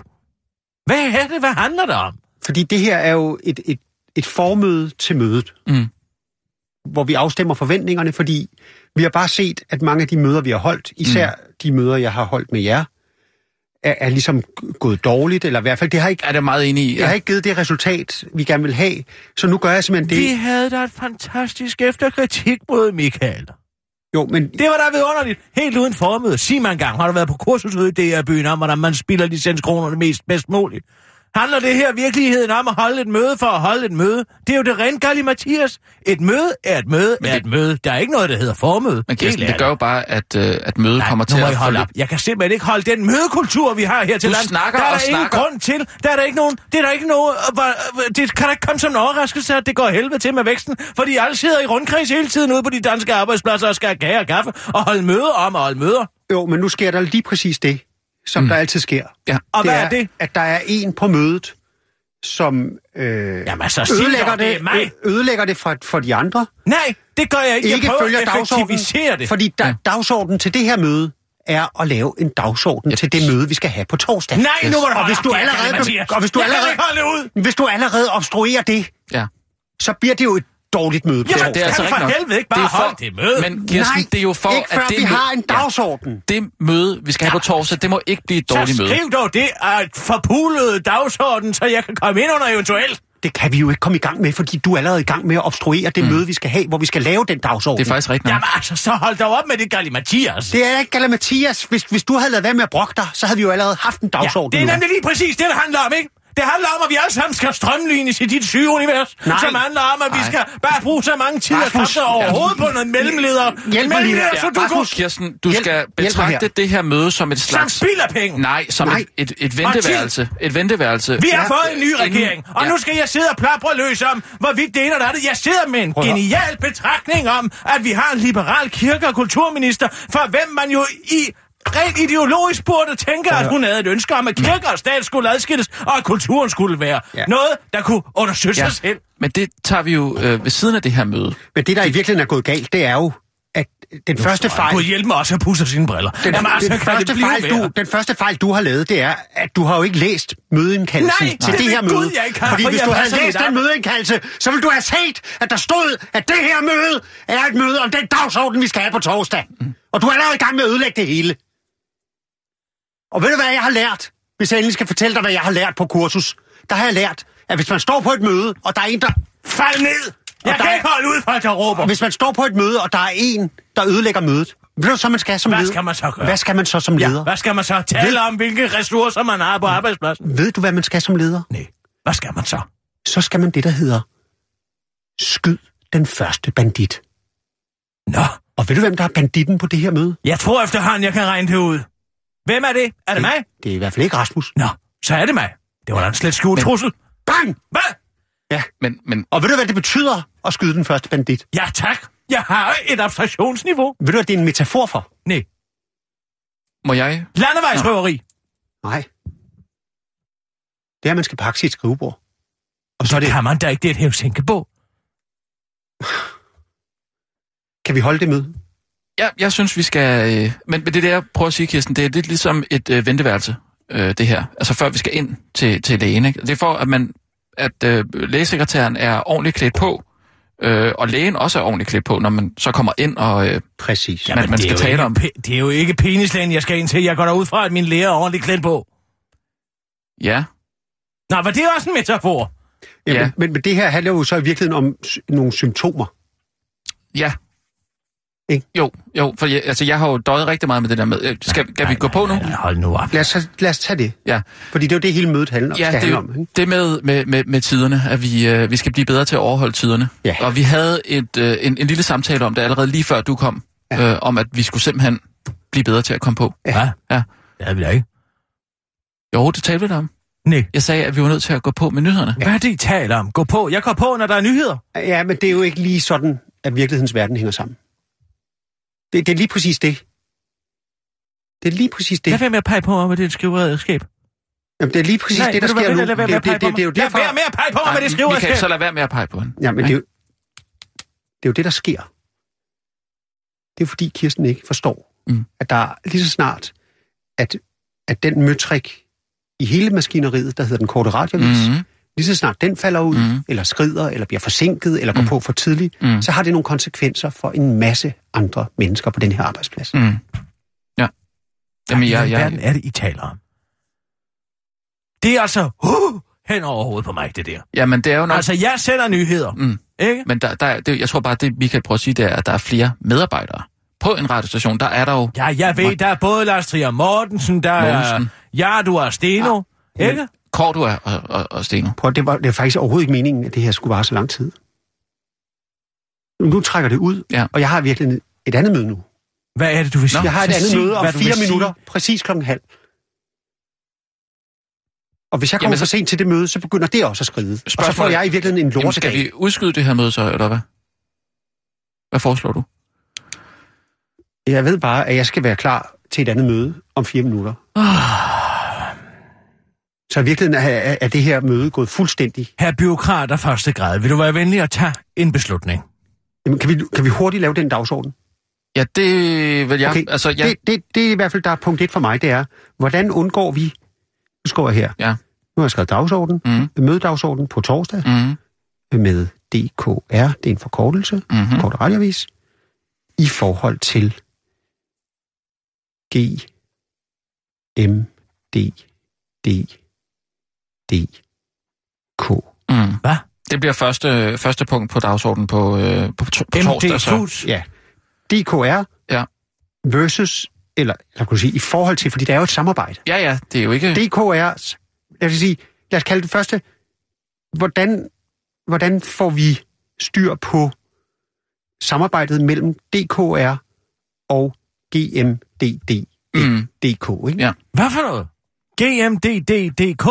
Speaker 4: Hvad er det? Hvad handler det om?
Speaker 6: Fordi det her er jo et, et, et formøde til mødet,
Speaker 5: Mm.
Speaker 6: hvor vi afstemmer forventningerne, fordi vi har bare set, at mange af de møder, vi har holdt, især mm. de møder, jeg har holdt med jer, er, er ligesom gået dårligt, eller i hvert fald, det har ikke,
Speaker 5: Er det meget enig i?
Speaker 6: det har ikke givet det resultat, vi gerne vil have. Så nu gør jeg simpelthen
Speaker 4: Vi
Speaker 6: det.
Speaker 4: havde da et fantastisk efterkritik mod Michael.
Speaker 6: Jo, men
Speaker 4: Det var da vidunderligt. Helt uden formøde. Sig mig engang, har du været på kursus ude i DR-byen om, hvordan man spilder licenskronerne mest bedst muligt? Handler det her virkeligheden om at holde et møde for at holde et møde? Det er jo det rent galt, Mathias. Et møde er et møde
Speaker 5: Men
Speaker 4: er
Speaker 5: det-
Speaker 4: et møde. Der er ikke noget, der hedder formøde.
Speaker 5: Men Kirsten,
Speaker 4: Helt
Speaker 5: det gør jo
Speaker 4: ærligt.
Speaker 5: bare, at, øh, at mødet
Speaker 4: Nej,
Speaker 5: kommer
Speaker 4: nu
Speaker 5: til
Speaker 4: må
Speaker 5: at
Speaker 4: I
Speaker 5: få
Speaker 4: holde op.
Speaker 5: lidt-
Speaker 4: Jeg kan simpelthen ikke holde den mødekultur, vi har her til
Speaker 5: Du
Speaker 4: landet.
Speaker 5: snakker
Speaker 4: der er
Speaker 5: og
Speaker 4: der ingen
Speaker 5: snakker.
Speaker 4: grund til. Der er der ikke nogen, det er der ikke nogen, øh, hvor- øh, det kan da ikke komme som en overraskelse, at det går helvede til med væksten, fordi alle sidder i rundkreds hele tiden ude på de danske arbejdspladser og skal have kage og kaffe og holde møder om at holde møder.
Speaker 6: Jo, men nu sker der lige præcis det, som mm. der altid sker.
Speaker 5: Ja.
Speaker 4: Og hvad er det?
Speaker 6: At der er en på mødet, som øh,
Speaker 4: Jamen, så sig
Speaker 6: ødelægger,
Speaker 4: dog, det er
Speaker 6: det,
Speaker 4: mig.
Speaker 6: ø- ødelægger det for, for de andre.
Speaker 4: Nej, det gør jeg ikke.
Speaker 6: ikke
Speaker 4: jeg prøver
Speaker 6: følger
Speaker 4: at effektivisere
Speaker 6: dagsordenen.
Speaker 4: det.
Speaker 6: Fordi da,
Speaker 5: Ja.
Speaker 6: dagsordenen til det her møde er at lave en dagsorden
Speaker 5: Ja.
Speaker 6: til det møde, vi skal have på torsdag.
Speaker 4: Nej, nu må du
Speaker 6: og
Speaker 4: holde
Speaker 6: hvis
Speaker 4: op,
Speaker 6: du
Speaker 4: det er
Speaker 6: allerede,
Speaker 4: galt, Mathias.
Speaker 6: og hvis du
Speaker 4: Jeg kan
Speaker 6: allerede,
Speaker 4: ikke holde det ud.
Speaker 6: hvis du allerede obstruerer det,
Speaker 5: Ja.
Speaker 6: så bliver det jo et dårligt møde. på
Speaker 4: Jamen,
Speaker 6: torsdag.
Speaker 5: Det er altså
Speaker 4: Kan
Speaker 5: rigtigt
Speaker 4: for
Speaker 5: nok.
Speaker 4: helvede ikke bare
Speaker 5: Det er for-
Speaker 4: holde det møde?
Speaker 5: Men Kirsten,
Speaker 6: Nej,
Speaker 5: det er jo for,
Speaker 6: ikke før
Speaker 5: at det
Speaker 6: vi har en
Speaker 5: Ja.
Speaker 6: dagsorden.
Speaker 5: det møde, vi skal have på torsdag, det må ikke blive et
Speaker 4: Så
Speaker 5: dårligt møde.
Speaker 4: skriv dog det at forpulede dagsorden, så jeg kan komme ind under eventuelt.
Speaker 6: Det kan vi jo ikke komme i gang med, fordi du er allerede i gang med at obstruere det mm. møde, vi skal have, hvor vi skal lave den dagsorden.
Speaker 5: Det er faktisk rigtigt. nok.
Speaker 4: Jamen altså, så hold dog op med det, Galli Mathias.
Speaker 6: Det er ikke galt, Mathias. Hvis, hvis du havde lavet være med at brokke dig, så havde vi jo allerede haft en dagsorden.
Speaker 4: det er
Speaker 6: nu.
Speaker 4: nemlig lige præcis det, det handler om, ikke? Det handler om, at vi alle sammen skal strømlignes i dit syge univers,
Speaker 6: Nej.
Speaker 4: som handler om, at vi
Speaker 5: Nej.
Speaker 4: skal bare bruge så mange tider og
Speaker 6: Rasmus,
Speaker 4: kræfter overhovedet på noget mellemleder.
Speaker 6: hjælp mig lige her.
Speaker 4: mellemleder, så du går
Speaker 5: Rasmus, Kirsten, du
Speaker 6: Hjælp-
Speaker 5: skal
Speaker 6: hjælp mig
Speaker 5: betragte
Speaker 6: her.
Speaker 5: det her møde som et
Speaker 4: som
Speaker 5: slags...
Speaker 4: spilder penge.
Speaker 5: Nej, som
Speaker 6: Nej.
Speaker 5: Et, et, et venteværelse. Et venteværelse.
Speaker 4: Vi har
Speaker 5: Ja.
Speaker 4: fået en ny
Speaker 5: Inden-
Speaker 4: regering, og
Speaker 5: ja.
Speaker 4: nu skal jeg sidde og plapre løs om, hvorvidt det ene og det andet. Jeg sidder med en
Speaker 6: Prøv at høre.
Speaker 4: genial betragtning om, at vi har en liberal kirke- og kulturminister, for hvem man jo i rent ideologisk burde tænke, at hun havde et ønske om, at kirke og stat skulle adskilles, og at kulturen skulle være
Speaker 6: Ja.
Speaker 4: noget, der kunne undersøge
Speaker 5: Ja.
Speaker 4: sig selv.
Speaker 5: Men det tager vi jo øh, ved siden af det her møde.
Speaker 6: Men det, der i virkeligheden er gået galt, det er jo, at den første fejl...
Speaker 4: Gud hjælp mig også at pusse sine briller.
Speaker 6: Den,
Speaker 4: Jamen, altså,
Speaker 6: den,
Speaker 4: kan det
Speaker 6: første
Speaker 4: blive
Speaker 6: fejl,
Speaker 4: værre?
Speaker 6: du, den første fejl, du har lavet, det er, at du har jo ikke læst mødeindkaldelsen
Speaker 4: Nej,
Speaker 6: til
Speaker 4: det
Speaker 6: det
Speaker 4: ved
Speaker 6: her
Speaker 4: Gud,
Speaker 6: møde.
Speaker 4: jeg ikke har,
Speaker 6: Fordi
Speaker 4: for
Speaker 6: hvis
Speaker 4: jeg
Speaker 6: du havde
Speaker 4: passer
Speaker 6: læst
Speaker 4: mit
Speaker 6: den
Speaker 4: arbejde.
Speaker 6: mødeindkaldelse, så ville du have set, at der stod, at det her møde er et møde om den dagsorden, vi skal have på torsdag.
Speaker 4: Mm.
Speaker 6: Og du er allerede i gang med at ødelægge det hele. Og ved du, hvad jeg har lært? Hvis jeg endelig skal fortælle dig, hvad jeg har lært på kursus, der har jeg lært, at hvis man står på et møde, og der er en, der...
Speaker 4: Fald ned! Jeg
Speaker 6: der
Speaker 4: kan
Speaker 6: er-
Speaker 4: ikke holde ud, folk der råber.
Speaker 6: Hvis man står på et møde, og der er en, der ødelægger mødet, ved du, så man skal som
Speaker 4: Hvad
Speaker 6: leder?
Speaker 4: skal man så gøre?
Speaker 6: Hvad skal man så som leder?
Speaker 4: Ja, hvad skal man så tale om, hvilke ressourcer man har på arbejdspladsen?
Speaker 6: Ved du, hvad man skal som leder?
Speaker 4: Nej. Hvad skal man så?
Speaker 6: Så skal man det, der hedder skyd den første bandit.
Speaker 4: Nå,
Speaker 6: Og ved du, hvem der er banditten på det her møde?
Speaker 4: jeg tror efterhånden, jeg kan regne det ud. Hvem er det? Er det mig?
Speaker 6: Det er i hvert fald ikke Rasmus.
Speaker 4: Nå, så er det mig. Det var da en slet skjult trussel.
Speaker 6: Bang!
Speaker 4: Hvad?
Speaker 5: Men, men
Speaker 6: Og ved du, hvad det betyder at skyde den første bandit?
Speaker 4: Ja, tak. Jeg har et abstraktionsniveau.
Speaker 6: Ved du, hvad det er en metafor for?
Speaker 4: Nej.
Speaker 5: må jeg...
Speaker 4: Landevejsrøveri.
Speaker 6: Nej. Det er, at man skal pakke sit skrivebord. Og så er
Speaker 4: Det
Speaker 6: det,
Speaker 4: kan man da ikke, det er et hævsænke på.
Speaker 6: kan vi holde det møde?
Speaker 5: Ja, jeg synes, vi skal... Øh, men, men det der, jeg prøver at sige, Kirsten, det er lidt ligesom et øh, venteværelse, øh, det her. Altså før vi skal ind til, til lægen. Ikke? Det er for, at, man, at øh, lægesekretæren er ordentligt klædt på, øh, og lægen også er ordentligt klædt på, når man så kommer ind og... Øh,
Speaker 6: Præcis.
Speaker 5: Jamen, man
Speaker 4: det er
Speaker 5: skal
Speaker 4: jo
Speaker 5: tale
Speaker 4: ikke
Speaker 5: om.
Speaker 4: Pe- det er jo ikke penislægen, jeg skal ind til. Jeg går derud fra, at min læger er ordentligt klædt på.
Speaker 5: ja,
Speaker 4: Nå, var det også en metafor?
Speaker 5: Ja.
Speaker 6: men, men, men det her handler jo så i virkeligheden om s- nogle symptomer.
Speaker 5: Ja.
Speaker 6: Ikke?
Speaker 5: Jo, jo, for jeg, altså, jeg har jo døjet rigtig meget med det der med. øh, Skal, skal vi gå på nu?
Speaker 4: Nej, nej, hold nu op.
Speaker 6: Lad os, så- lad os tage det.
Speaker 5: Ja.
Speaker 6: Fordi det er jo det, hele mødet handler,
Speaker 5: Ja,
Speaker 6: skal
Speaker 5: det,
Speaker 6: handle
Speaker 5: er
Speaker 6: om.
Speaker 5: jo
Speaker 6: Ikke?
Speaker 5: det med, med, med, med tiderne, at vi, øh, vi skal blive bedre til at overholde tiderne.
Speaker 6: Ja.
Speaker 5: Og vi havde et, øh, en, en lille samtale om det allerede lige før du kom, ja. øh, om at vi skulle simpelthen blive bedre til at komme på.
Speaker 4: Hvad?
Speaker 5: Ja.
Speaker 4: Det havde vi da ikke.
Speaker 5: Jo, det talte vi da om.
Speaker 4: Nej.
Speaker 5: Jeg sagde, at vi var nødt til at gå på med nyhederne.
Speaker 4: Hvad er det, I taler om? Gå på. Jeg går på, når der er nyheder.
Speaker 6: Ja, men det er jo ikke lige sådan, at virkelighedens verden hænger sammen. Det, det er lige præcis det. Det er lige præcis det.
Speaker 4: Lad være med at pege på mig med dit skriveredskab.
Speaker 6: Jamen, det er lige præcis
Speaker 4: Nej,
Speaker 6: det, der
Speaker 4: ved du hvad,
Speaker 6: sker nu.
Speaker 4: Lad lad være med at
Speaker 6: det,
Speaker 4: pege
Speaker 6: det, det, det er jo
Speaker 4: på mig. Lad
Speaker 6: derfor...
Speaker 4: være med at pege på mig med det
Speaker 5: Michael, så
Speaker 4: skriveredskab.
Speaker 5: lad være med at pege på hende.
Speaker 6: Ja, men det er, jo, det er jo det, der sker. Det er fordi Kirsten ikke forstår,
Speaker 5: Mm.
Speaker 6: mm. at der er lige så snart, at, at den møtrik i hele maskineriet, der hedder den korte radiovis, mm.
Speaker 5: Mm-hmm.
Speaker 6: lige så snart den falder ud,
Speaker 5: Mhm.
Speaker 6: mm. eller skrider, eller bliver forsinket, eller går
Speaker 5: Mm.
Speaker 6: på for tidligt,
Speaker 5: Mm.
Speaker 6: mm. så har det nogle konsekvenser for en masse andre mennesker på den her arbejdsplads.
Speaker 5: Mm. Ja. Jamen, jeg,
Speaker 4: Hvad
Speaker 5: jeg,
Speaker 4: er det, I taler om? Det er altså uh, hen over hovedet på mig, det der.
Speaker 5: jamen, det er jo nok...
Speaker 4: Altså, jeg sender nyheder.
Speaker 5: Mm.
Speaker 4: Ikke?
Speaker 5: Men der, der, er- det, jeg tror bare, det Michael prøver at sige, det er, at der er flere medarbejdere. På en radiostation, der er der jo...
Speaker 4: Ja, jeg ved, der er både Lars Trier Mortensen, der er...
Speaker 5: Mogensen.
Speaker 4: Ja, du er Steno.
Speaker 6: Ah.
Speaker 4: Ja. Ikke?
Speaker 5: Cordua og, og, og Steno.
Speaker 6: Prøv, at- det var, det var faktisk overhovedet ikke meningen, at det her skulle vare så lang tid. Nu trækker det ud,
Speaker 5: Ja.
Speaker 6: og jeg har virkelig et andet møde nu.
Speaker 4: Hvad er det, du vil sige?
Speaker 6: Jeg har et
Speaker 4: Så
Speaker 6: andet
Speaker 4: sig,
Speaker 6: møde om
Speaker 4: hvad du
Speaker 6: fire
Speaker 4: vil sige.
Speaker 6: minutter, præcis klokken halv. Og hvis jeg kommer
Speaker 5: Jamen, så-
Speaker 6: for sent til det møde, så begynder det også at skride. Og så får
Speaker 5: Spørgsmålet-
Speaker 6: jeg i virkeligheden en
Speaker 5: Jamen,
Speaker 6: lortedag.
Speaker 5: skal vi udskyde det her møde så, eller hvad? Hvad foreslår du?
Speaker 6: Jeg ved bare, at jeg skal være klar til et andet møde om fire minutter. Så i virkeligheden er, er, er det her møde gået fuldstændig.
Speaker 4: Herre byråkrat af første grad, vil du være venlig at tage en beslutning?
Speaker 6: Jamen, kan, vi, kan vi hurtigt lave den dagsorden?
Speaker 5: Ja, det vil jeg...
Speaker 6: Okay,
Speaker 5: Altså, jeg,
Speaker 6: Det, det, det er i hvert fald, der er punkt et for mig, det er, hvordan undgår vi... Nu skriver jeg her.
Speaker 5: Ja.
Speaker 6: Nu har jeg skrevet dagsorden.
Speaker 5: Mhm.
Speaker 6: Mødedagsorden på torsdag
Speaker 5: Mm,
Speaker 6: med DKR. Det er en forkortelse.
Speaker 5: mm-hmm.
Speaker 6: kort radiovis, i forhold til G, M, D, D, D, K.
Speaker 5: mm.
Speaker 4: Hvad?
Speaker 5: Det bliver første, første punkt på dagsordenen på, øh, på, to, på torsdag.
Speaker 4: MD
Speaker 5: Så.
Speaker 4: Foods?
Speaker 6: Ja. DKR
Speaker 5: Ja.
Speaker 6: versus, eller lad kunne sige, i forhold til, fordi der er jo et samarbejde.
Speaker 5: Ja, ja, det er jo ikke...
Speaker 6: DKR's, lad os sige, lad os kalde det første, hvordan, hvordan får vi styr på samarbejdet mellem DKR og GMDD?
Speaker 5: Mm.
Speaker 6: DK, ikke?
Speaker 5: Ja.
Speaker 4: Hvad for noget? GMDDDK?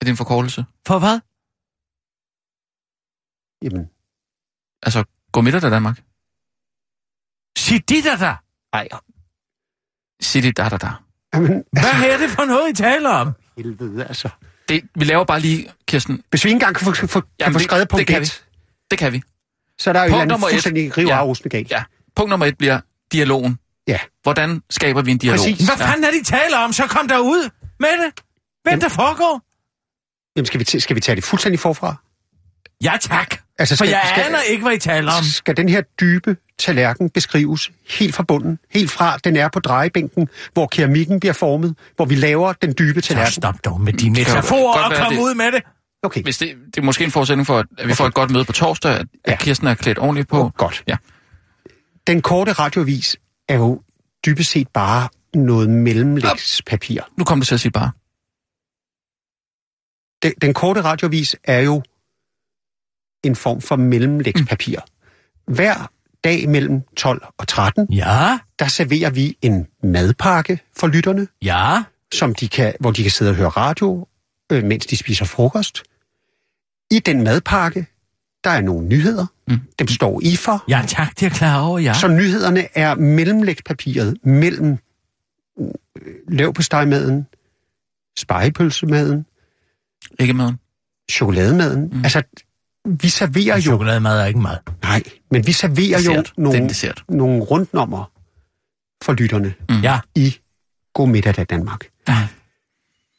Speaker 5: Er det en forkortelse?
Speaker 4: For hvad?
Speaker 6: Jamen,
Speaker 5: Altså, gå middag til Danmark.
Speaker 4: Sig dit der da.
Speaker 6: ej,
Speaker 5: Sig det da, da, da.
Speaker 6: jamen,
Speaker 4: Hvad er det for noget, I taler om?
Speaker 6: (laughs) helvede, altså.
Speaker 5: Det, vi laver bare lige, Kirsten.
Speaker 6: Hvis vi ikke engang kan få, få,
Speaker 5: Jamen,
Speaker 6: kan få
Speaker 5: det-
Speaker 6: skrevet
Speaker 5: det
Speaker 6: punkt
Speaker 5: kan
Speaker 6: 1,
Speaker 5: Det kan vi.
Speaker 6: så er der jo
Speaker 5: Punkt
Speaker 6: et eller
Speaker 5: nummer
Speaker 6: andet
Speaker 5: et.
Speaker 6: fuldstændig rive
Speaker 5: Ja.
Speaker 6: ja. afrusende galt.
Speaker 5: Ja. Punkt nummer et bliver dialogen.
Speaker 6: Ja.
Speaker 5: Hvordan skaber vi en dialog?
Speaker 6: Præcis.
Speaker 4: Hvad fanden er det, I taler om? Så kom der ud med det. Hvad der foregår?
Speaker 6: Jamen, skal vi, t- skal vi tage det fuldstændig forfra?
Speaker 4: Ja, tak.
Speaker 6: Altså,
Speaker 4: For
Speaker 6: skal-
Speaker 4: jeg
Speaker 6: skal-
Speaker 4: aner ikke, hvad I taler om.
Speaker 6: Skal den her dybe tallerken beskrives helt fra bunden, helt fra den er på drejebænken, hvor keramikken bliver formet, hvor vi laver den dybe
Speaker 4: Så
Speaker 6: tallerken?
Speaker 4: stop dog med dine
Speaker 5: Det kan jo
Speaker 4: metaforer
Speaker 5: godt
Speaker 4: og
Speaker 5: være,
Speaker 4: kom
Speaker 5: det-
Speaker 4: ud med det.
Speaker 6: Okay,
Speaker 5: Hvis det, det er måske en forudsætning for, at at vi får et godt møde på torsdag, at, ja.
Speaker 6: Ja.
Speaker 5: at Kirsten er klædt ordentligt på.
Speaker 6: godt.
Speaker 5: Ja.
Speaker 6: Den korte radiovis er jo dybest set bare noget mellemlægspapir.
Speaker 5: Nu kom det til at sige bare.
Speaker 6: Den, den korte radiovis er jo en form for mellemlægspapir. Hver dag mellem 12 og 13,
Speaker 4: Ja,
Speaker 6: der serverer vi en madpakke for lytterne.
Speaker 4: ja.
Speaker 6: som de kan, hvor de kan sidde og høre radio, øh, mens de spiser frokost. I den madpakke, der er nogle nyheder.
Speaker 5: Mm.
Speaker 6: Mm. Dem står I for.
Speaker 4: Ja, tak, det er jeg klar over, ja.
Speaker 6: Så nyhederne er mellemlægtspapiret mellem øh, lavpostejmaden, spejepølsemaden,
Speaker 5: Ikke maden.
Speaker 6: chokolademaden. Mm. Altså, vi serverer
Speaker 4: Men
Speaker 6: jo...
Speaker 4: Chokolademad er ikke mad.
Speaker 6: Nej, men vi serverer jo
Speaker 5: Dessert. Det er en
Speaker 6: nogle,
Speaker 5: dessert. Mm.
Speaker 6: nogle rundnummer for lytterne.
Speaker 4: Ja.
Speaker 6: i God Middag da Danmark.
Speaker 5: Ah.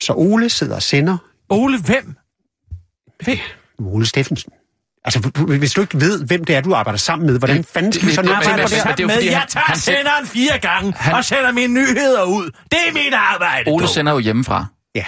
Speaker 6: Så Ole sidder og sender
Speaker 4: Ole, hvem?
Speaker 6: Ole Steffensen. Altså, h- h- hvis du ikke ved, hvem det er, du arbejder sammen med, hvordan
Speaker 5: Det-
Speaker 6: fanden skal
Speaker 5: det-
Speaker 6: vi så
Speaker 5: det-
Speaker 6: nå
Speaker 5: men-
Speaker 6: til
Speaker 5: men-
Speaker 6: det
Speaker 4: arbejder
Speaker 5: det er
Speaker 6: der?
Speaker 4: sammen
Speaker 5: jo
Speaker 4: med.
Speaker 5: fordi, han-
Speaker 4: jeg tager
Speaker 5: han selv-
Speaker 4: senderen fire gange
Speaker 5: Han-
Speaker 4: han, og sender mine nyheder ud. Det er mit arbejde.
Speaker 5: Ole
Speaker 4: du.
Speaker 5: sender jo hjemmefra.
Speaker 6: Ja.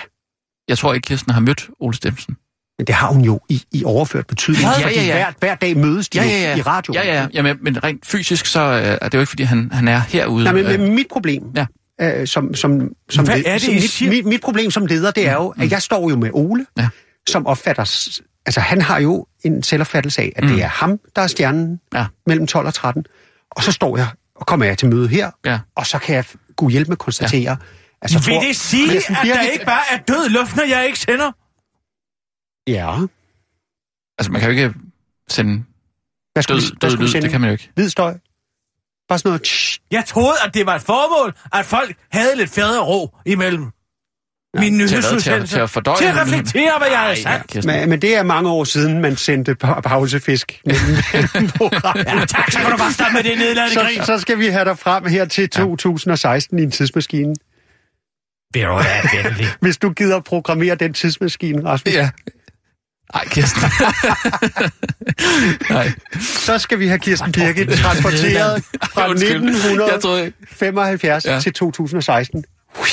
Speaker 5: Jeg tror ikke, Kirsten har mødt Ole Stemsen.
Speaker 6: Men det har hun jo i, i overført betydning,
Speaker 5: Ja, ja,
Speaker 6: fordi
Speaker 5: ja.
Speaker 6: Hver, hver dag mødes de
Speaker 5: Ja,
Speaker 6: jo
Speaker 5: ja, ja.
Speaker 6: i radioen.
Speaker 5: Ja, ja, ja. Men, men rent fysisk, så øh, er det jo ikke, fordi han, han er herude.
Speaker 6: Nej, men,
Speaker 5: Øh,
Speaker 6: men mit problem,
Speaker 5: Ja.
Speaker 6: øh, som, som, som,
Speaker 4: Hvad
Speaker 6: led-
Speaker 4: er det,
Speaker 6: som
Speaker 4: I
Speaker 6: mit,
Speaker 4: siger?
Speaker 6: mit, mit problem som leder, det er jo, at jeg står jo med Ole,
Speaker 5: Ja.
Speaker 6: som opfatter... s- Altså, han har jo en selvopfattelse af, at mm. det er ham, der er stjernen
Speaker 5: Ja.
Speaker 6: mellem 12 og 13. Og så står jeg, og kommer jeg til møde her,
Speaker 5: Ja.
Speaker 6: og så kan jeg kunne hjælpe med at konstatere... Ja. Altså,
Speaker 4: Vil det sige,
Speaker 6: Kirsten
Speaker 4: at der
Speaker 6: Birgit-
Speaker 4: ikke bare er død luft, når jeg ikke sender?
Speaker 6: Ja.
Speaker 5: Altså, man kan jo ikke sende
Speaker 6: Hvad skulle,
Speaker 5: død,
Speaker 6: vi- hvad
Speaker 5: død
Speaker 6: skulle vi
Speaker 5: lyd.
Speaker 6: sende?
Speaker 5: Det kan man jo ikke.
Speaker 6: Hvid støj. Bare sådan noget... Tsh.
Speaker 4: Jeg troede, at det var et formål, at folk havde lidt fædre ro imellem. Min
Speaker 5: til at- til at fordøje
Speaker 4: til at
Speaker 5: nyheden.
Speaker 4: reflektere, hvad jeg havde
Speaker 5: Ej, ja,
Speaker 4: sagt.
Speaker 5: Kirsten.
Speaker 6: Men, men det er mange år siden, man sendte pa- pausefisk mellem programmet.
Speaker 4: Ja, tak, så kan du bare stoppe med det nedladende grin.
Speaker 6: så, så skal vi have dig frem her til 2016 i en tidsmaskine.
Speaker 4: Vil du være venlig?
Speaker 6: Hvis du gider at programmere den tidsmaskine, Rasmus,
Speaker 5: Ja. Ej,
Speaker 6: (laughs)
Speaker 5: Kirsten. Nej.
Speaker 6: så skal vi have Kirsten Birke
Speaker 5: (laughs)
Speaker 6: transporteret fra
Speaker 5: Undskyld. Jeg troede ikke.
Speaker 6: 1975
Speaker 5: Ja.
Speaker 6: til 2016.
Speaker 5: Blip, blip,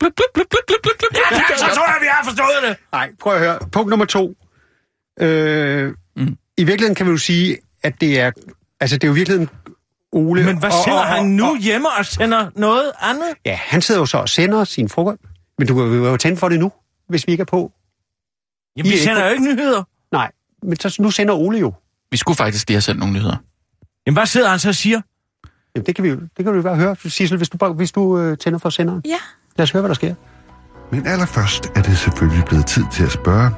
Speaker 5: blip, blip, blip, blip, blip, blip.
Speaker 4: Ja, (laughs) tak, så tror jeg, vi har forstået det.
Speaker 6: Nej, prøv at høre. Punkt nummer to. Øh, I virkeligheden kan vi jo sige, at det er... Altså, det er jo i virkeligheden Ole...
Speaker 4: Men hvad
Speaker 6: og-
Speaker 4: sender
Speaker 6: og- og-
Speaker 4: han nu hjemme og sender noget andet?
Speaker 6: Ja, han sidder jo så og sender sin frokost. Men du kan jo- vi kan jo tænde for det nu, hvis vi ikke er på.
Speaker 4: Jamen,
Speaker 6: I
Speaker 4: vi
Speaker 6: er
Speaker 4: sender jo ikke nyheder.
Speaker 6: Nej, men så, nu sender Ole jo.
Speaker 5: Vi skulle faktisk lige have sendt nogle nyheder.
Speaker 4: Jamen, hvad sidder han så og siger?
Speaker 6: Jamen, det kan vi jo det kan vi jo bare høre. Sissel, hvis du, bare, hvis du øh, tænder for senderen.
Speaker 7: Ja.
Speaker 6: Lad os høre, hvad der sker.
Speaker 8: Men allerførst er det selvfølgelig blevet tid til at spørge,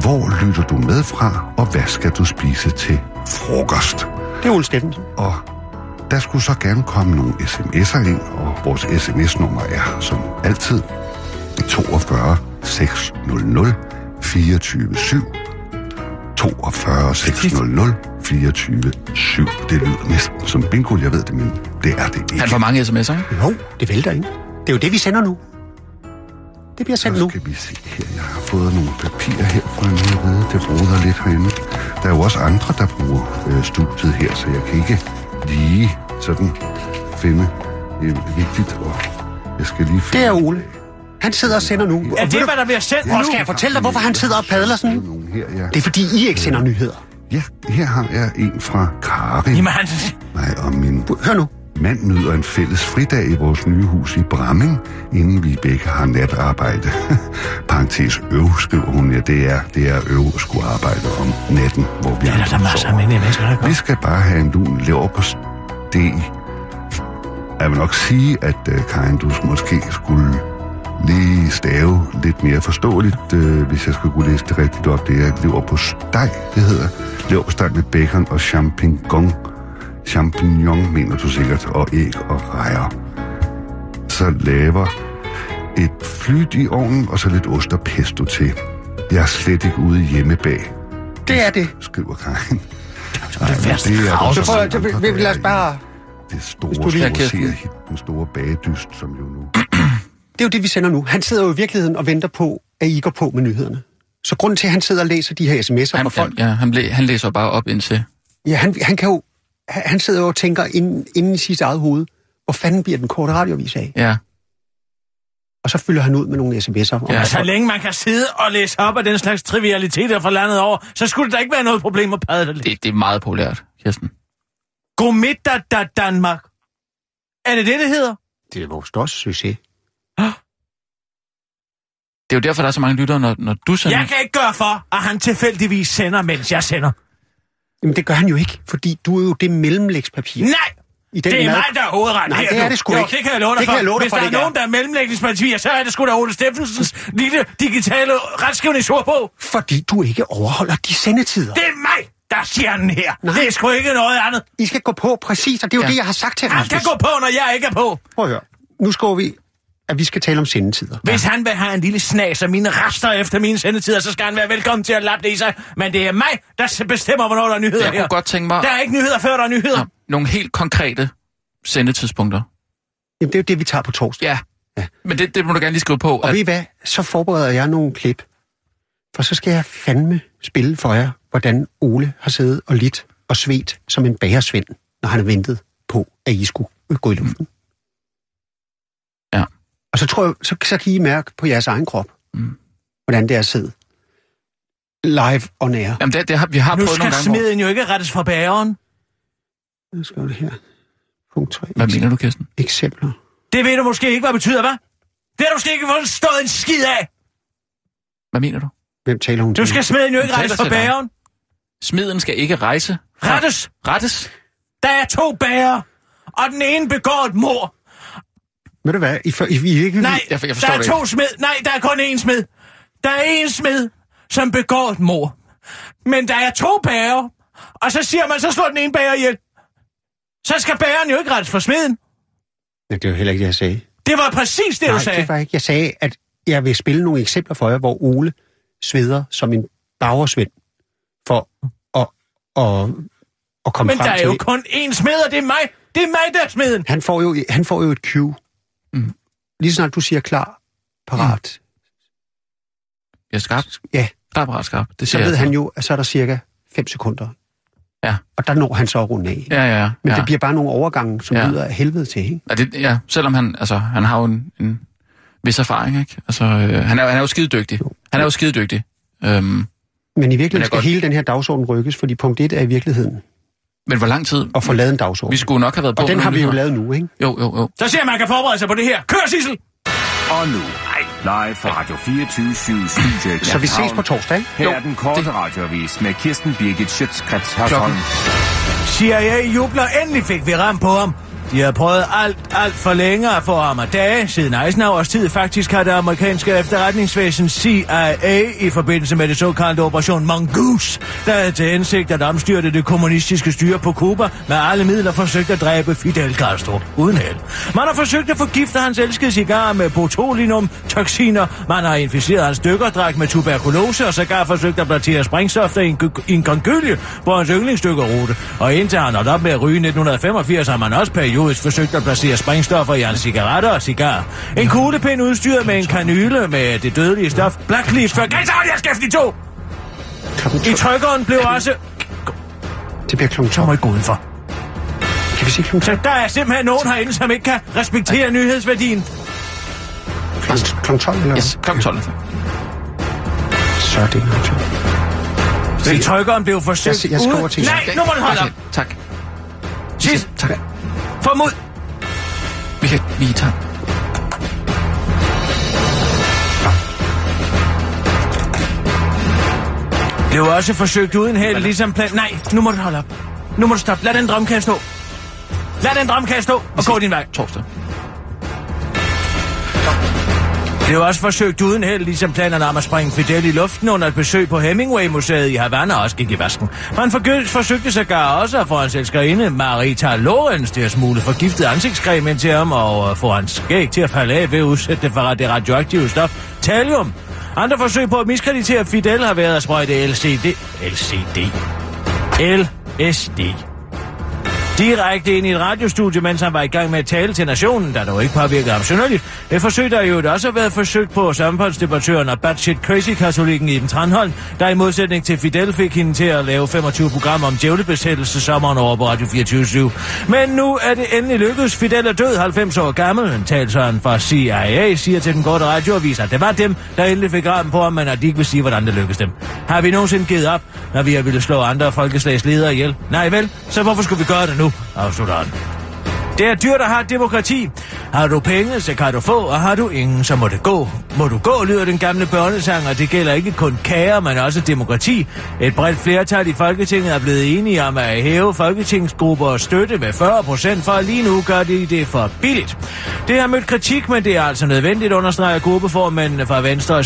Speaker 8: hvor lytter du med fra, og hvad skal du spise til frokost?
Speaker 6: Det er Ole Steffensen.
Speaker 8: Og der skulle så gerne komme nogle sms'er ind, og vores sms-nummer er som altid 42 600 24 7. 42 600 24 7. Det lyder næsten som bingo, jeg ved det, men det er det ikke.
Speaker 5: Han får mange sms'er, ikke?
Speaker 6: Jo, det vælter ikke. Det er jo det, vi sender nu. Det bliver sendt
Speaker 8: Så
Speaker 6: nu.
Speaker 8: skal vi se her. Jeg har fået nogle papirer her fra en rede. Det roder lidt herinde. Der er jo også andre, der bruger øh, studiet her, så jeg kan ikke lige sådan finde det vigtigt. Og jeg skal lige finde...
Speaker 6: Det er Ole. Han sidder og sender nu.
Speaker 4: Er det, hvad der bliver sendt nu?
Speaker 6: Og skal jeg fortælle dig, hvorfor han sidder og padler sådan?
Speaker 8: Nogle her, ja.
Speaker 6: Det er, fordi I ikke sender nyheder.
Speaker 8: ja, her har jeg en fra Karin.
Speaker 4: Jamen, han...
Speaker 8: Nej, og min
Speaker 6: Hør nu.
Speaker 8: mand nyder en fælles fridag i vores nye hus i Bramming, inden vi begge har natarbejde. (laughs) Parenthes øv, skriver hun. Ja, det er, det er øv at skulle arbejde om natten, hvor vi
Speaker 4: Ja, der er der masser af menige mennesker, der gør.
Speaker 8: Vi skal bare have en lun lever på steg. Jeg vil nok sige, at uh, Karin, du måske skulle lige stave lidt mere forståeligt, øh, hvis jeg skal kunne læse det rigtigt op. Det er lever på steg, det hedder. Lever på steg med bacon og champignon. Champignon, mener du sikkert, og æg og rejer. Så laver et flyt i ovnen, og så lidt ost og pesto til. Jeg er slet ikke ude hjemmebag,
Speaker 6: Det er det.
Speaker 8: skriver Karin. (laughs)
Speaker 4: Det er værst.
Speaker 8: Det er
Speaker 6: Så prøv, det, vi, vi, lad os bare...
Speaker 8: det store,
Speaker 6: du
Speaker 8: store
Speaker 6: lige-
Speaker 5: Kirsten.
Speaker 8: seriehit, den store bagedyst, som jo nu...
Speaker 6: Det er jo det, vi sender nu. Han sidder jo i virkeligheden og venter på, at I går på med nyhederne. Så grunden til, at han sidder og læser de her sms'er fra
Speaker 5: Han,
Speaker 6: folk,
Speaker 5: ja, han, læ- han læser bare op indtil...
Speaker 6: Ja, han, han kan jo... Han han sidder jo og tænker inden, inden i sit eget hoved, hvor fanden bliver den korte radiovis af?
Speaker 5: Ja.
Speaker 6: Og så fylder han ud med nogle sms'er. om-
Speaker 5: Ja.
Speaker 4: Så altså, længe man kan sidde og læse op af den slags trivialiteter fra landet over, så skulle der ikke være noget problem at padle lidt.
Speaker 5: Det, det er meget populært, Kirsten.
Speaker 4: God middag, da Danmark. Er det det, det hedder?
Speaker 6: Det er vores største succes.
Speaker 5: Det er jo derfor, der er så mange lyttere, når, når du sender...
Speaker 4: Jeg kan ikke gøre for, at han tilfældigvis sender, mens jeg sender.
Speaker 6: Jamen, det gør han jo ikke, fordi du er jo det mellemlægspapir.
Speaker 4: Nej,
Speaker 6: I den
Speaker 4: det er
Speaker 6: mad-
Speaker 4: mig, der er hovedretten
Speaker 6: Nej,
Speaker 4: her
Speaker 6: det
Speaker 4: nu.
Speaker 6: er det sgu
Speaker 4: jo,
Speaker 6: ikke.
Speaker 4: det kan jeg love dig
Speaker 6: Det
Speaker 4: for.
Speaker 6: kan jeg love dig
Speaker 4: Hvis
Speaker 6: for,
Speaker 4: der er
Speaker 6: det ikke
Speaker 4: nogen, der er mellemlægningspartier, så er det sgu da Ole Steffensens lille digitale retskrivningsord på.
Speaker 6: Fordi du ikke overholder de sendetider.
Speaker 4: Det er mig, der siger den her.
Speaker 6: Nej.
Speaker 4: Det er sgu ikke noget andet.
Speaker 6: I skal gå på præcis, og det er jo
Speaker 5: Ja.
Speaker 6: det, jeg har sagt til
Speaker 4: Han kan
Speaker 6: Rasmus.
Speaker 4: gå på, når jeg ikke er på.
Speaker 6: Prøv at høre. Nu skriver vi, at vi skal tale om sendetider.
Speaker 4: Hvis han vil have en lille snas af mine rester efter mine sendetider, så skal han være velkommen til at lappe det i sig. Men det er mig, der s- bestemmer, hvornår der er nyheder
Speaker 5: Jeg
Speaker 4: her.
Speaker 5: kunne godt tænke mig
Speaker 4: Der er ikke nyheder, før der er nyheder.
Speaker 5: Nå, nogle helt konkrete sendetidspunkter.
Speaker 6: Jamen, det er jo det, vi tager på torsdag.
Speaker 5: Ja. Men det, det må du gerne lige skrive på.
Speaker 6: Og
Speaker 5: At,
Speaker 6: ved I hvad? Så forbereder jeg nogle klip. For så skal jeg fandme spille for jer, hvordan Ole har siddet og lidt og svedt som en bagersvend, når han har ventet på, at I skulle øh, gå i luften.
Speaker 5: Ja.
Speaker 6: Og så tror jeg, så, så kan I mærke på jeres egen krop, mm. hvordan det er at sidde.
Speaker 3: live on air.
Speaker 5: Jamen, det, det har, vi
Speaker 4: Nu
Speaker 5: har prøvet
Speaker 4: skal
Speaker 5: nogle gange. Hvor...
Speaker 4: smeden jo ikke rettes fra bageren.
Speaker 3: Nu skal det her. Punkt 3.
Speaker 5: Hvad mener du, Kirsten?
Speaker 3: Eksempler.
Speaker 4: Det ved du måske ikke, hvad betyder, hvad? Det har du måske ikke forstået en skid af.
Speaker 5: Hvad mener du?
Speaker 3: Hvem taler hun
Speaker 4: Nu
Speaker 3: til?
Speaker 4: skal smeden jo ikke
Speaker 5: Jeg
Speaker 4: rettes
Speaker 5: taler
Speaker 4: fra
Speaker 5: til dig.
Speaker 4: bageren.
Speaker 5: Smeden skal ikke rejse.
Speaker 4: Rettes!
Speaker 5: Rettes?
Speaker 4: Der er to bager, og den ene begår et mor.
Speaker 3: Ved du hvad? I, for, I, I er ikke...
Speaker 4: Nej,
Speaker 5: jeg- jeg forstår
Speaker 4: der er
Speaker 5: det
Speaker 4: to smed. Nej, der er kun én smed. Der er én smed, som begår et mor. Men der er to bager, og så siger man, så slår den ene bager ihjel. Så skal bageren jo ikke rettes for smeden.
Speaker 3: Det er jo heller ikke det, jeg sagde.
Speaker 4: Det var præcis det,
Speaker 3: Nej,
Speaker 4: du sagde.
Speaker 3: det var ikke. Jeg sagde, at jeg vil spille nogle eksempler for jer, hvor Ole sveder som en bagersvend for at, at, at komme
Speaker 4: Men
Speaker 3: frem
Speaker 4: der er
Speaker 3: til...
Speaker 4: jo kun én smed, og det er mig. Det er mig, der er smeden.
Speaker 3: Han, får jo, han får jo et cue.
Speaker 5: Mm.
Speaker 3: Lige snart du siger klar, parat,
Speaker 5: Ja, skarp.
Speaker 3: Ja.
Speaker 5: Der er bare skarp. Det
Speaker 3: så
Speaker 5: siger
Speaker 3: ved
Speaker 5: jeg.
Speaker 3: han jo, at så er der cirka 5 sekunder.
Speaker 5: Ja.
Speaker 3: Og der når han så at runde af.
Speaker 5: Ja, ja, ja.
Speaker 3: Men
Speaker 5: ja.
Speaker 3: det bliver bare nogle overgange, som
Speaker 5: Ja.
Speaker 3: lyder af helvede til, ikke?
Speaker 5: Ja, det, ja, selvom han, altså, han har jo en, en vis erfaring, ikke? Altså, øh, han, er, jo- han er jo skide dygtig. Han er jo skide dygtig. Øhm,
Speaker 3: Men i
Speaker 5: Men
Speaker 3: virkeligheden
Speaker 5: jeg
Speaker 3: skal
Speaker 5: godt-
Speaker 3: godt... hele den her dagsorden rykkes, fordi punkt 1 er i virkeligheden
Speaker 5: men hvor lang tid?
Speaker 3: at få lavet en dagsorden.
Speaker 5: Vi skulle nok have været på.
Speaker 3: Og den
Speaker 5: nogle
Speaker 3: har vi jo
Speaker 5: nyheder.
Speaker 3: lavet nu, ikke?
Speaker 5: Jo, jo, jo.
Speaker 4: Så siger jeg, man kan forberede sig på det her. Kør, Sissel!
Speaker 2: Og nu, live fra Radio 24 7, Studio i
Speaker 3: Så vi ses
Speaker 2: København.
Speaker 3: på torsdag, ikke?
Speaker 2: Her
Speaker 5: Jo,
Speaker 2: er den korte
Speaker 5: det-
Speaker 2: radiovis med Kirsten Birgit Schøtzgrads Hasholm.
Speaker 4: CIA jubler, endelig fik vi ram på ham. De har prøvet alt, alt for længe at få ham af dage. Siden Eisenhowers tid faktisk har det amerikanske efterretningsvæsen CIA i forbindelse med det såkaldte Operation Mongoose, der havde til hensigt at omstyrte det kommunistiske styre på Cuba, med alle midler forsøgt at dræbe Fidel Castro. Uden held. Man har forsøgt at forgifte hans elskede cigar med botulinum, toksiner. Man har inficeret hans dykkerdragt med tuberkulose og sågar forsøgt at plantere sprængsofter i en, gy- i en kongylie på hans yndlingsdykkerrute. Og indtil han holdt op med at ryge i 1985, har man også periodisk forsøgt at placere sprængstoffer i hans cigaretter og cigar. En kuglepind udstyret med en kanyle med det dødelige stof. Black Leaf før... Gæt af, jeg skæft i to!
Speaker 3: Klokken
Speaker 4: I
Speaker 3: to.
Speaker 4: trykkeren blev også...
Speaker 3: Det bliver klokken
Speaker 4: Så må
Speaker 3: 12.
Speaker 4: I gå udenfor.
Speaker 3: Kan vi sige klokken 12?
Speaker 4: Så der er simpelthen nogen herinde, som ikke kan respektere nyhedsværdien.
Speaker 3: Klokken- Klokken 12 eller
Speaker 5: Yes, klokken 12.
Speaker 3: Så er det klokken 12.
Speaker 4: Men trykkeren blev forsøgt
Speaker 3: Jeg- jeg skal
Speaker 4: ude-
Speaker 3: over til-
Speaker 4: Nej, nu må du holde op.
Speaker 5: Okay, tak.
Speaker 4: Sidst,
Speaker 5: Tak.
Speaker 4: formod.
Speaker 5: Vi kan, vi tager.
Speaker 4: Blev også forsøgt uden held, ligesom plan... Nej, nu må du holde op. Nu må du stoppe. Lad den drømkage stå. Lad den drømkage stå, og gå din vej.
Speaker 5: Torsdag.
Speaker 4: Det var også forsøgt uden held, ligesom planerne om at springe Fidel i luften under et besøg på Hemingway-museet i Havana også gik i vasken. Man forgø- forsøgte sågar også at få hans elskerinde Marita Lorenz til at smule forgiftet ansigtscreme ind til ham og øh, få hans skæg til at falde af ved at udsætte det for det radioaktive stof talium. Andre forsøg på at miskreditere Fidel har været at sprøjte LCD... LCD... LSD direkte ind i et radiostudie, mens han var i gang med at tale til nationen, der dog ikke påvirkede ham synderligt. Et forsøg, der jo også har været forsøgt på samfundsdebattøren og batshit crazy katolikken Iben Tranholm, der i modsætning til Fidel fik hende til at lave 25 programmer om djævlebesættelse sommeren over på Radio 24 Men nu er det endelig lykkedes. Fidel er død, 90 år gammel. En talsøren fra CIA siger til den korte radioavis, at det var dem, der endelig fik ramt på ham, men at de ikke vil sige, hvordan det lykkedes dem. Har vi nogensinde givet op, når vi har ville slå andre folkeslags ledere ihjel? Nej vel, så hvorfor skulle vi gøre det nu, afslutter han. Det er dyrt at have et demokrati. Har du penge, så kan du få, og har du ingen, så må det gå. Må du gå, lyder den gamle børnesang, og det gælder ikke kun kager, men også demokrati. Et bredt flertal i Folketinget er blevet enige om at hæve folketingsgrupper og støtte med 40 procent, for lige nu gør de det for billigt. Det har mødt kritik, men det er altså nødvendigt, understreger gruppeformændene fra Venstre og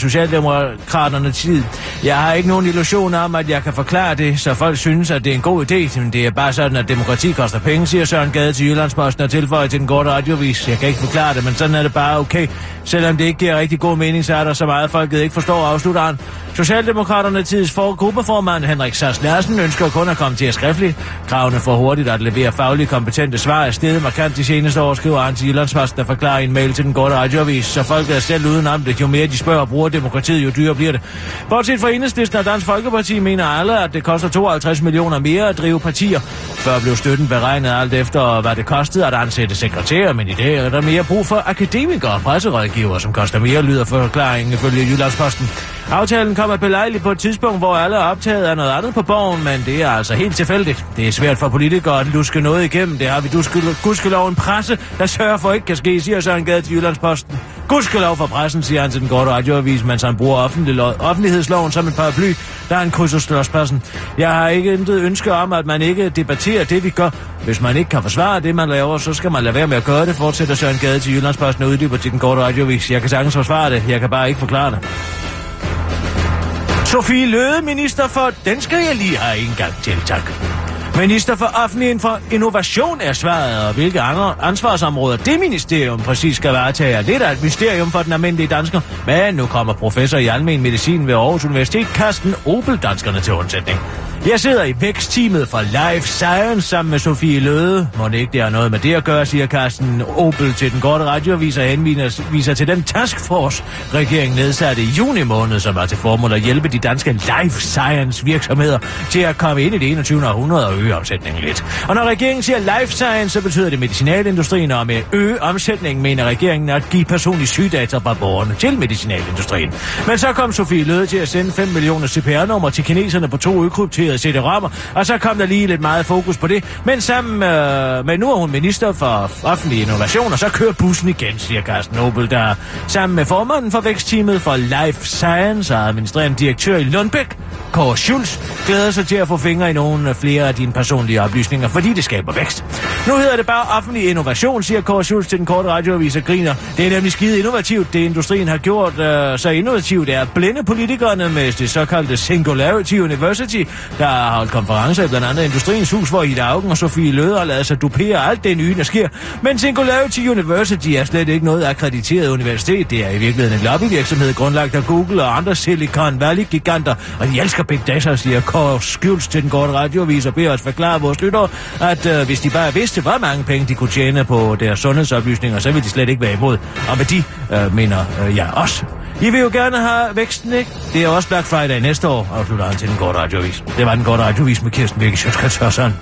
Speaker 4: Socialdemokraterne tid. Jeg har ikke nogen illusion om, at jeg kan forklare det, så folk synes, at det er en god idé, men det er bare sådan, at demokrati koster penge, siger Søren Gade til Jyllandsposten og tilføjer til den korte radiovis. Jeg kan ikke forklare det, men sådan er det bare okay. Selvom det ikke giver rigtig god mening, så er der så meget, folket ikke forstår, afslutter han. Socialdemokraterne tids for gruppeformand Henrik Sass Larsen ønsker kun at komme til at skriftligt. Kravene for hurtigt at levere fagligt kompetente svar er steget markant de seneste år, skriver han til Jyllandsposten, der forklarer i en mail til den korte radioavis, så folket er selv udenom det. Jo mere de spørger og bruger demokratiet, jo dyrere bliver det. Bortset fra Enhedslisten og Dansk Folkeparti mener alle, at det koster 52 millioner mere at drive partier. Før blev støtten beregnet alt efter, hvad det kostede at ansætte sekretærer, men i dag er der mere brug for akademikere og presserådgivere, som koster mere, lyder forklaringen ifølge Jyllandsposten. Aftalen kommer var belejligt på et tidspunkt, hvor alle er optaget af noget andet på borgen, men det er altså helt tilfældigt. Det er svært for politikere at luske noget igennem. Det har vi duske- gudskelov en presse, der sørger for ikke kan ske, siger Søren Gade til Jyllandsposten. Gudskelov for pressen, siger han til den korte radioavis, mens han bruger offentlig lo- offentlighedsloven som en paraply, da han krydser Slotspladsen. Jeg har ikke intet ønske om, at man ikke debatterer det, vi gør. Hvis man ikke kan forsvare det, man laver, så skal man lade være med at gøre det, fortsætter Søren Gade til Jyllandsposten og uddyber til den korte radioavis. Jeg kan sagtens forsvare det, jeg kan bare ikke forklare det. Sofie Løde, minister for... Den skal jeg lige have en gang til, tak. Minister for Offentlig Info- Innovation er svaret, og hvilke andre ansvarsområder det ministerium præcis skal varetage, er lidt af et mysterium for den almindelige dansker. Men nu kommer professor i almen medicin ved Aarhus Universitet, Carsten Opel, danskerne til undsætning. Jeg sidder i vækstteamet for Life Science sammen med Sofie Løde. Må det ikke, det har noget med det at gøre, siger Carsten Opel til den korte radioavis og henviser viser til den taskforce, regeringen nedsatte i juni måned, som var til formål at hjælpe de danske life science virksomheder til at komme ind i det 21. århundrede og øge omsætningen lidt. Og når regeringen siger life science, så betyder det medicinalindustrien, og med at øge omsætningen mener regeringen at give personlige sygedata fra borgerne til medicinalindustrien. Men så kom Sofie Løde til at sende 5 millioner CPR-numre til kineserne på to økrypterede CD-rammer, og så kom der lige lidt meget fokus på det. Men sammen øh, med nu er hun minister for offentlig innovation, og så kører bussen igen, siger Carsten Nobel, der sammen med formanden for vækstteamet for Life Science og administrerende direktør i Lundbæk, Kåre Schulz, glæder sig til at få fingre i nogle flere af dine personlige oplysninger, fordi det skaber vækst. Nu hedder det bare offentlig innovation, siger Kåre Schulz til den korte radioavis og griner. Det er nemlig skide innovativt, det industrien har gjort øh, så innovativt, er at blinde politikerne med det såkaldte Singularity University, der har holdt konferencer i blandt andet Industriens Hus, hvor Ida Augen og Sofie Løde har lavet sig dupere af alt det nye, der sker. Men Singularity University er slet ikke noget akkrediteret universitet. Det er i virkeligheden en lobbyvirksomhed grundlagt af Google og andre Silicon Valley-giganter, og de elsker Big Data, siger Kåre Skjuls til den korte radioavis og beder os forklare vores lyttere, at øh, hvis de bare vidste, hvor mange penge de kunne tjene på deres sundhedsoplysninger, så ville de slet ikke være imod. Og med de øh, mener øh, jeg også. I vil jo gerne have væksten, ikke? Det er også Black Friday næste år, afslutter han til den korte radioavis. Det var den korte radioavis med Kirsten Birke Sjøtskart sådan.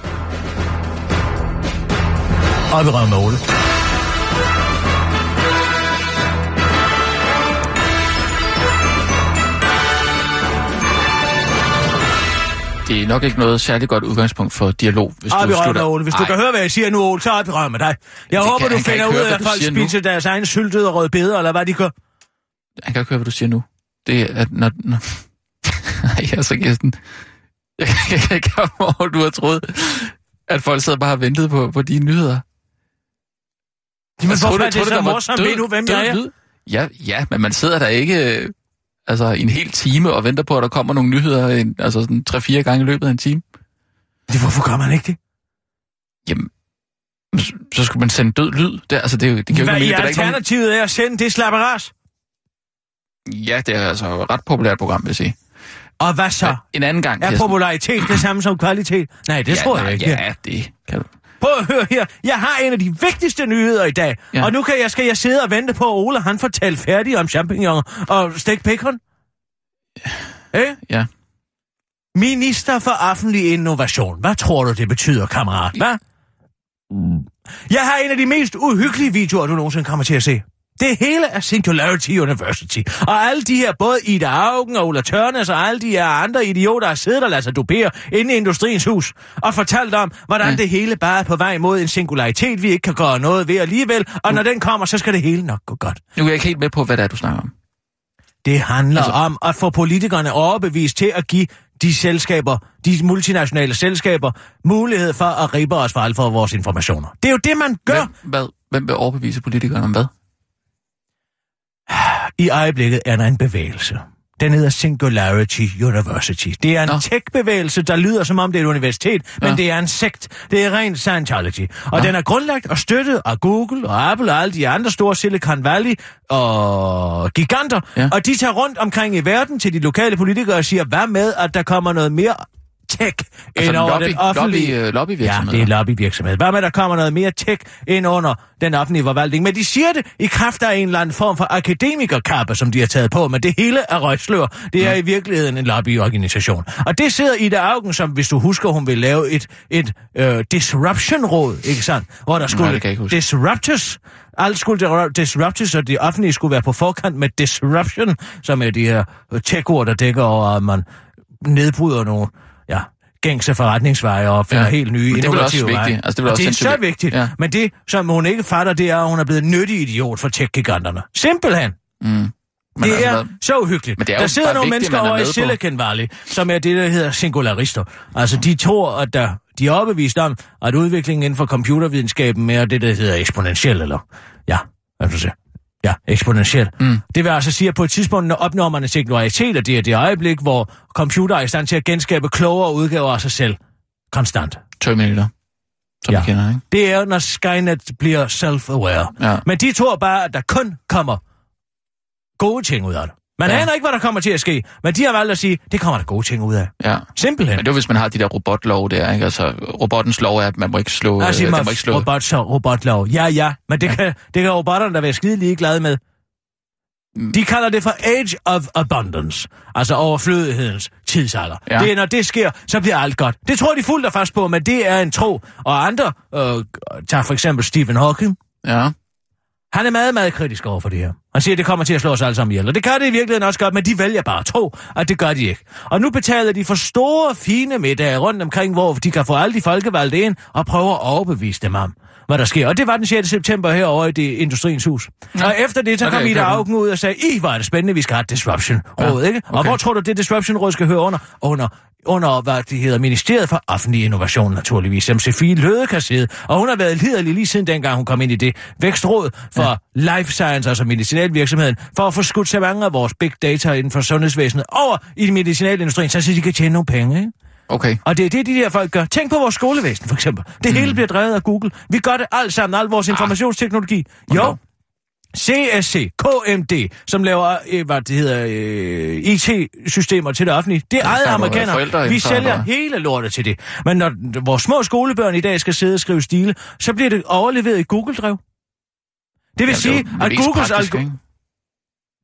Speaker 4: Op i røven med Ole.
Speaker 5: Det er nok ikke noget særligt godt udgangspunkt for dialog, hvis
Speaker 4: Op
Speaker 5: du
Speaker 4: i røven med
Speaker 5: slutter...
Speaker 4: Ole. Hvis du
Speaker 5: Ej,
Speaker 4: kan høre, hvad jeg siger nu, Ole, så op i røven med dig. Jeg
Speaker 5: Det
Speaker 4: håber,
Speaker 5: kan-
Speaker 4: du
Speaker 5: han kan
Speaker 4: finder ud
Speaker 5: ikke høre,
Speaker 4: af,
Speaker 5: hvad
Speaker 4: at
Speaker 5: du
Speaker 4: folk
Speaker 5: siger nu.
Speaker 4: spiser deres egen syltede rødbeder, eller hvad de gør.
Speaker 5: Jeg kan ikke høre, hvad du siger nu. Det er, at når... når... (laughs) Ej, altså, Kirsten. Jeg kan jeg kan ikke høre, hvor du har troet, at folk sad bare og ventede på, på de nyheder.
Speaker 4: Jamen,
Speaker 5: Jeg
Speaker 4: hvorfor
Speaker 5: troede,
Speaker 4: er det
Speaker 5: troede,
Speaker 4: så
Speaker 5: der var
Speaker 4: morsomt
Speaker 5: død-
Speaker 4: ved nu, hvem
Speaker 5: død
Speaker 4: jeg er?
Speaker 5: lyd. Ja, ja, men man sidder der ikke øh, altså, en hel time og venter på, at der kommer nogle nyheder en, altså sådan 3-4 gange i løbet af en time.
Speaker 4: Det, hvorfor gør man ikke det?
Speaker 5: Jamen, så- så skulle man sende død lyd. Det, altså, det, er jo- det kan jo ikke
Speaker 4: Hvad i
Speaker 5: mening. Det er der ikke nogen...
Speaker 4: alternativet er at sende det slapperas?
Speaker 5: Ja, det er altså et ret populært program, vil jeg sige.
Speaker 4: Og hvad så?
Speaker 5: En anden gang,
Speaker 4: Er popularitet det samme som kvalitet? Nej, det tror
Speaker 5: ja,
Speaker 4: jeg
Speaker 5: nej,
Speaker 4: ikke. det er.
Speaker 5: Ja, det kan du.
Speaker 4: Prøv at høre her. Jeg har en af de vigtigste nyheder i dag. Ja.
Speaker 5: Ja.
Speaker 4: Og nu kan jeg, skal jeg sidde og vente på, at Ole han fortæller færdigt om champignoner og stegt bacon. Eh?
Speaker 5: Ja.
Speaker 4: Minister for offentlig innovation. Hvad tror du, det betyder, kammerat? Hvad? Jeg har en af de mest uhyggelige videoer, du nogensinde kommer til at se. Det hele er Singularity University. Og alle de her, både Ida Augen og Ulla Tørnes og alle de her andre idioter, der sidder og lader sig dupere inde i Industriens Hus og fortalt om, hvordan
Speaker 5: Ja.
Speaker 4: det hele bare er på vej mod en singularitet, vi ikke kan gøre noget ved alligevel. Og når den kommer, så skal det hele nok gå godt.
Speaker 5: Nu er jeg ikke helt med på, hvad det er, du snakker om.
Speaker 4: Det handler altså...
Speaker 5: Altså-
Speaker 4: om at få politikerne overbevist til at give de selskaber, de multinationale selskaber, mulighed for at ribe os for alt for vores informationer. Det er jo det, man gør. Men...
Speaker 5: Hvem, hvad, hvem vil overbevise politikerne om hvad?
Speaker 4: I øjeblikket er der en bevægelse. Den hedder Singularity University. Det er en
Speaker 5: Nå.
Speaker 4: tech-bevægelse, der lyder som om det er et universitet, men
Speaker 5: Nå.
Speaker 4: det er en sekt. Det er rent Scientology. Og den er grundlagt og støttet af Google og Apple og alle de andre store Silicon Valley og giganter.
Speaker 5: Ja.
Speaker 4: Og de tager rundt omkring i verden til de lokale politikere og siger, hvad med, at der kommer noget mere tech
Speaker 5: Altså
Speaker 4: ind
Speaker 5: en
Speaker 4: over
Speaker 5: lobby-
Speaker 4: den offentlige...
Speaker 5: lobby- øh, lobbyvirksomhed.
Speaker 4: Ja, det er lobbyvirksomhed. Hvad med, der kommer noget mere tech ind under den offentlige forvaltning? Men de siger det i kraft af en eller anden form for akademikerkappe, som de har taget på, men det hele er røgslør. Det er i virkeligheden en lobbyorganisation. Og det sidder Ida Augen, som hvis du husker, hun vil lave et, et øh, disruption-råd, ikke sandt? Hvor der skulle
Speaker 5: det kan jeg ikke huske.
Speaker 4: disruptors. Alt skulle der- disruptes, og det offentlige skulle være på forkant med disruption, som er de her øh, tech-ord, der dækker over, at man nedbryder nogle ja, gængse forretningsveje og finder ja,
Speaker 5: Ja,
Speaker 4: helt nye
Speaker 5: men det er vel
Speaker 4: innovative
Speaker 5: også vigtigt.
Speaker 4: veje.
Speaker 5: Altså, det er vel
Speaker 4: Og
Speaker 5: også
Speaker 4: det er
Speaker 5: sindssygt
Speaker 4: så
Speaker 5: vigtigt.
Speaker 4: vigtigt. Ja.
Speaker 5: Ja.
Speaker 4: Men det, som hun ikke fatter, det er, at hun er blevet nyttig idiot for tech-giganterne. Simpelthen.
Speaker 5: Mm. Men
Speaker 4: Men det
Speaker 5: altså,
Speaker 4: er
Speaker 5: hvad-
Speaker 4: så uhyggeligt.
Speaker 5: Men det er
Speaker 4: der
Speaker 5: jo
Speaker 4: sidder
Speaker 5: bare
Speaker 4: nogle
Speaker 5: vigtigt,
Speaker 4: mennesker
Speaker 5: man er
Speaker 4: over i
Speaker 5: med på.
Speaker 4: Silicon Valley, som er det, der hedder singularister. Altså, de tror, at der, de er overbevist om, at udviklingen inden for computervidenskaben er det, der hedder eksponentiel, eller... Ja, hvad skal du sige? Ja, eksponentiel. Mm. Det vil altså sige, at på et tidspunkt når opnår man en singularitet, og det er det øjeblik, hvor computer er i stand til at genskabe klogere udgaver af sig selv. Konstant.
Speaker 5: Terminator, som
Speaker 4: Ja.
Speaker 5: ja. vi kender, ikke?
Speaker 4: Det er, når Skynet bliver self-aware.
Speaker 5: Ja.
Speaker 4: Men de tror bare, at der kun kommer gode ting ud af det. Man
Speaker 5: Ja.
Speaker 4: aner ikke, hvad der kommer til at ske, men de har valgt at sige, det kommer der gode ting ud af.
Speaker 5: ja.
Speaker 4: Simpelthen.
Speaker 5: Men det er jo, hvis man har de der robotlov der, ikke? Altså, robottens lov er, at man må ikke slå...
Speaker 4: Altså,
Speaker 5: øh,
Speaker 4: mig,
Speaker 5: den må ikke slå...
Speaker 4: robot, så robotlov. Ja, ja, men det, Kan, det kan robotterne da være skide ligeglade med.
Speaker 5: Mm.
Speaker 4: De kalder det for Age of Abundance, altså overflødighedens tidsalder. Ja.
Speaker 5: Ja.
Speaker 4: Det er, når det sker, så bliver alt godt. Det tror de fuldt og fast på, men det er en tro. Og andre, øh, tager for eksempel Stephen Hawking,
Speaker 5: Ja.
Speaker 4: Han er meget, meget kritisk over for det her. Han siger, at det kommer til at slå os alle sammen ihjel. Og det gør det i virkeligheden også godt, men de vælger bare at tro, at det gør de ikke. Og nu betaler de for store, fine middage rundt omkring, hvor de kan få alle de folkevalgte ind og prøve at overbevise dem om, hvad der sker. Og det var den 6. september herovre i det Industriens Hus. Ja. Og efter det, så
Speaker 5: Okay,
Speaker 4: okay, kom Ida
Speaker 5: køber.
Speaker 4: Augen ud og sagde, I, hvor er det spændende, vi skal have et disruption-råd, ja.
Speaker 5: Ja,
Speaker 4: ikke? Og
Speaker 5: okay.
Speaker 4: hvor tror du, det disruption-råd skal høre under? Under under, hvad det hedder, Ministeriet for Offentlig Innovation naturligvis, som Sofie Løde kan sidde. Og hun har været liderlig lige siden dengang, hun kom ind i det vækstråd for ja. Life Science, altså medicinalvirksomheden, for at få skudt så mange af vores big data inden for sundhedsvæsenet over i medicinalindustrien, så de kan tjene nogle penge, ikke?
Speaker 5: Okay.
Speaker 4: Og det er det, de der folk gør. Tænk på vores skolevæsen, for eksempel.
Speaker 5: Mm.
Speaker 4: Det hele bliver drevet af Google. Vi gør det alt sammen, al
Speaker 5: Ah.
Speaker 4: vores informationsteknologi. Jo. CSC, KMD, som laver øh, hvad det hedder, øh, IT-systemer til det offentlige, det er ejet af
Speaker 5: snakker om, at
Speaker 4: amerikanere.
Speaker 5: forældre
Speaker 4: Vi
Speaker 5: indtager
Speaker 4: sælger
Speaker 5: noget.
Speaker 4: hele lortet til det. Men når vores små skolebørn i dag skal sidde og skrive stile, så bliver det overleveret i Google-drev. Det vil
Speaker 5: Jamen,
Speaker 4: sige,
Speaker 5: det er jo
Speaker 4: at
Speaker 5: mest
Speaker 4: Googles,
Speaker 5: praktisk,
Speaker 4: algo-
Speaker 5: ikke?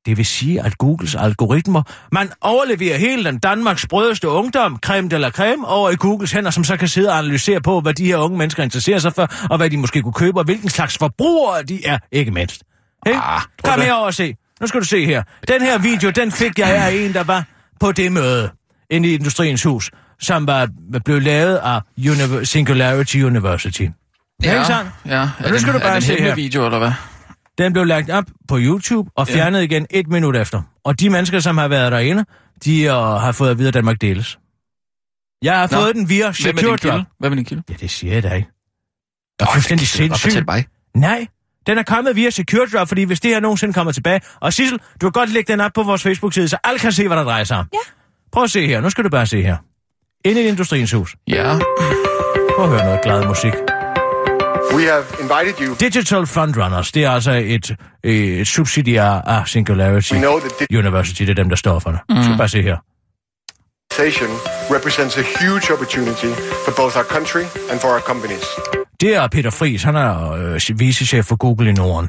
Speaker 4: det vil sige, at Googles algoritmer, man overleverer hele den Danmarks sprødeste ungdom, creme eller creme, over i Googles hænder, som så kan sidde og analysere på, hvad de her unge mennesker interesserer sig for, og hvad de måske kunne købe, og hvilken slags forbrugere de er, ikke mindst. Hey?
Speaker 5: Ah,
Speaker 4: Ah,
Speaker 5: tror
Speaker 4: Kom
Speaker 5: du det?
Speaker 4: herover og se. Nu skal du se her. Den her video, den fik jeg af en, der var på det møde inde i Industriens Hus, som var, blev lavet af Univer- Singularity University. Ja, ikke sandt?
Speaker 5: Ja. Er
Speaker 4: nu skal
Speaker 5: den-
Speaker 4: du bare
Speaker 5: er den
Speaker 4: se
Speaker 5: hemmelig
Speaker 4: her.
Speaker 5: video, eller hvad?
Speaker 4: Den blev lagt op på YouTube og fjernet ja. igen et minut efter. Og de mennesker, som har været derinde, de uh, har fået at vide, at Danmark deles. Jeg har
Speaker 5: Nå,
Speaker 4: fået den via
Speaker 5: Hvem er din
Speaker 4: SecureDrop.
Speaker 5: kilde? Hvem er din kilde?
Speaker 4: Ja, det siger jeg da ikke. Det er fuldstændig sindssygt.
Speaker 5: Fortæl mig.
Speaker 4: Nej, den er kommet via SecureDrop, fordi hvis det her nogensinde kommer tilbage... Og Sissel, du kan godt lægge den op på vores Facebook-side, så alle kan se, hvad der drejer sig om. Ja. Prøv at se her. Nu skal du bare se her. Inde i Industriens Hus. (laughs)
Speaker 5: Ja.
Speaker 4: Prøv at høre noget glad musik.
Speaker 9: We have invited you.
Speaker 4: Digital Frontrunners, det er altså et, et subsidiar af Singularity
Speaker 9: We know that
Speaker 4: University, det er dem, der står for det. Mm. Skal bare se her.
Speaker 9: digitization represents a huge opportunity for both our country and for our companies.
Speaker 4: Det er Peter Friis, han er øh, vicechef for Google i Norden.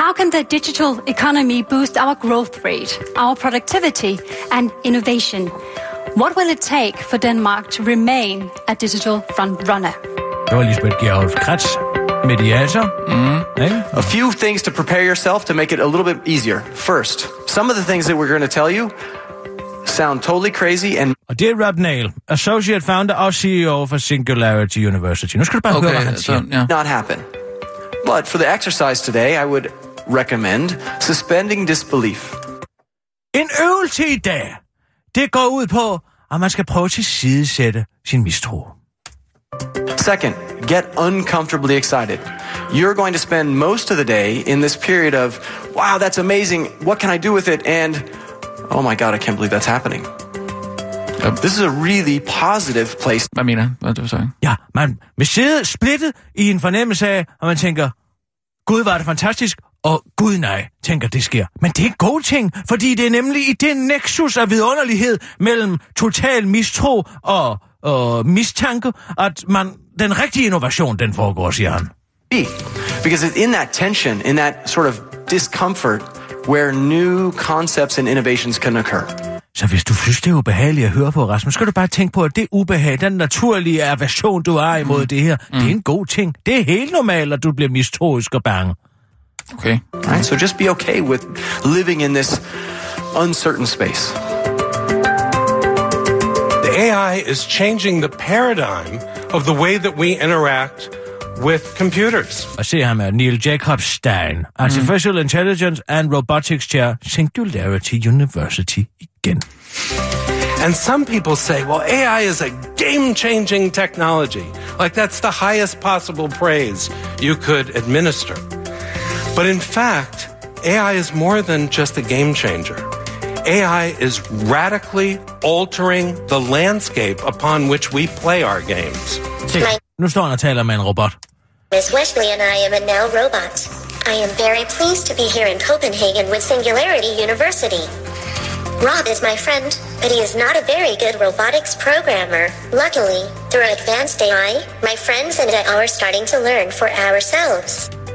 Speaker 10: How can the digital economy boost our growth rate, our productivity, and innovation? What will it take for Denmark to remain a digital frontrunner?
Speaker 4: Det var Lisbeth Gerolf Kretz, mediator. Mm. Ikke?
Speaker 11: A few things to prepare yourself to make it a little bit easier. First, some of the things that we're going to tell you sound totally crazy and
Speaker 4: Og det er Rob Nail, associate founder og CEO for Singularity University. Nu skal du bare okay, høre, hvad
Speaker 5: Okay,
Speaker 4: han
Speaker 5: så,
Speaker 4: siger.
Speaker 5: ja.
Speaker 11: not happen. But for the exercise today, I would recommend suspending disbelief.
Speaker 4: En øvelse i dag, det går ud på, at man skal prøve at tilsidesætte sin mistro.
Speaker 11: Second, get uncomfortably excited. You're going to spend most of the day in this period of, wow, that's amazing. What can I do with it? And, oh my God, I can't believe that's happening. Uh,
Speaker 5: Yep.
Speaker 11: This is a really positive place
Speaker 5: Hvad mener han? Hvad er det, du sagde?
Speaker 4: Ja, man vil sidde splittet i en fornemmelse af, at man tænker, Gud, var det fantastisk, og gud nej, tænker det sker. Men det er en god ting, fordi det er nemlig i det nexus af vidunderlighed mellem total mistro og, og mistanke, at man den rigtige innovation, den foregår, siger han.
Speaker 11: be. Because it's in that tension, in that sort of discomfort, where new concepts and innovations can occur.
Speaker 4: Så hvis du synes, det er ubehageligt at høre på, Rasmus, skal du bare tænke på, at det ubehag, den naturlige aversion, du har imod mm. det her, mm. det er en god ting. Det er helt normalt, at du bliver mistroisk og bange.
Speaker 5: Okay.
Speaker 11: Right? So just be okay with living in this uncertain space.
Speaker 12: The AI is changing the paradigm of the way that we interact with computers.
Speaker 4: Og se ham er Neil Jacobstein, Artificial mm. Intelligence and Robotics Chair, Singularity University igen.
Speaker 12: And some people say, well, AI is a game changing technology. Like, that's the highest possible praise you could administer. But in fact, AI is more than just a game changer. AI is radically altering the landscape upon which we play our games.
Speaker 4: Se, nu står han og taler med en robot.
Speaker 13: Miss Wesley and I am a now robot. I am very pleased to be here in Copenhagen with Singularity University. Rob is my friend, but he is not a very good robotics programmer. Luckily, through advanced AI, my friends and I are starting to learn for ourselves.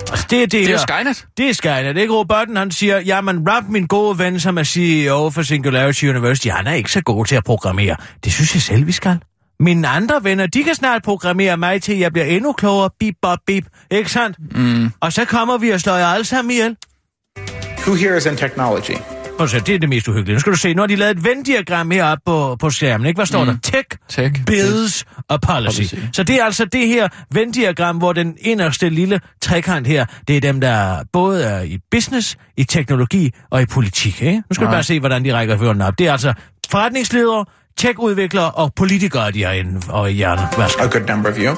Speaker 4: Altså, det er det,
Speaker 5: Det er
Speaker 4: her.
Speaker 5: jo Skynet.
Speaker 4: Det er Skynet, ikke robotten? Han siger, jamen Rob, min gode ven, som er CEO for Singularity University, han er ikke så god til at programmere. Det synes jeg selv, vi skal. Mine andre venner, de kan snart programmere mig til, at jeg bliver endnu klogere. Bip, bop, bip. Ikke sandt? Mm. Og så kommer vi og slår jer alle sammen ihjel.
Speaker 14: Who here is in technology?
Speaker 4: Og så, det er det mest uhyggelige. Nu skal du se, nu har de lavet et Venn-diagram heroppe på, på skærmen, ikke? Hvad står mm. der? Tech,
Speaker 5: Tech,
Speaker 4: Bills og policy.
Speaker 5: Policy.
Speaker 4: Så det er altså det her Venn-diagram, hvor den inderste lille trekant her, det er dem, der både er i business, i teknologi og i politik, ikke? Nu skal du
Speaker 5: Nej.
Speaker 4: bare se, hvordan de rækker førende op. Det er altså forretningsledere, tech-udviklere og politikere, de har inde og i hjernen. Værsgo.
Speaker 14: A good number of you.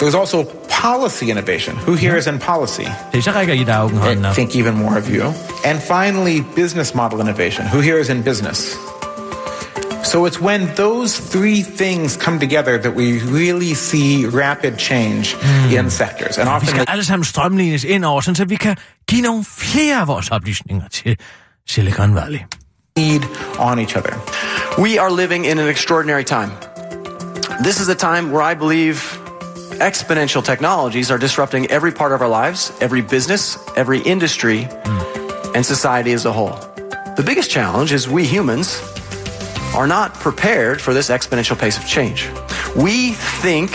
Speaker 14: There's also policy innovation. Who
Speaker 12: Mm-hmm.
Speaker 14: here is in policy?
Speaker 4: Se, så rækker I da augen hånden
Speaker 14: I
Speaker 4: op.
Speaker 14: think even more of you. And finally, business model innovation. Who here is in business? So it's when those three things come together that we really see rapid change in sectors. And
Speaker 4: Vi
Speaker 14: often
Speaker 4: skal alle sammen strømlines ind over, sådan så vi kan give nogle flere af vores oplysninger til Silicon Valley.
Speaker 14: need on each other.
Speaker 11: We are living in an extraordinary time. This is a time where I believe exponential technologies are disrupting every part of our lives, every business, every industry, and society as a whole. The biggest challenge is we humans are not prepared for this exponential pace of change. We think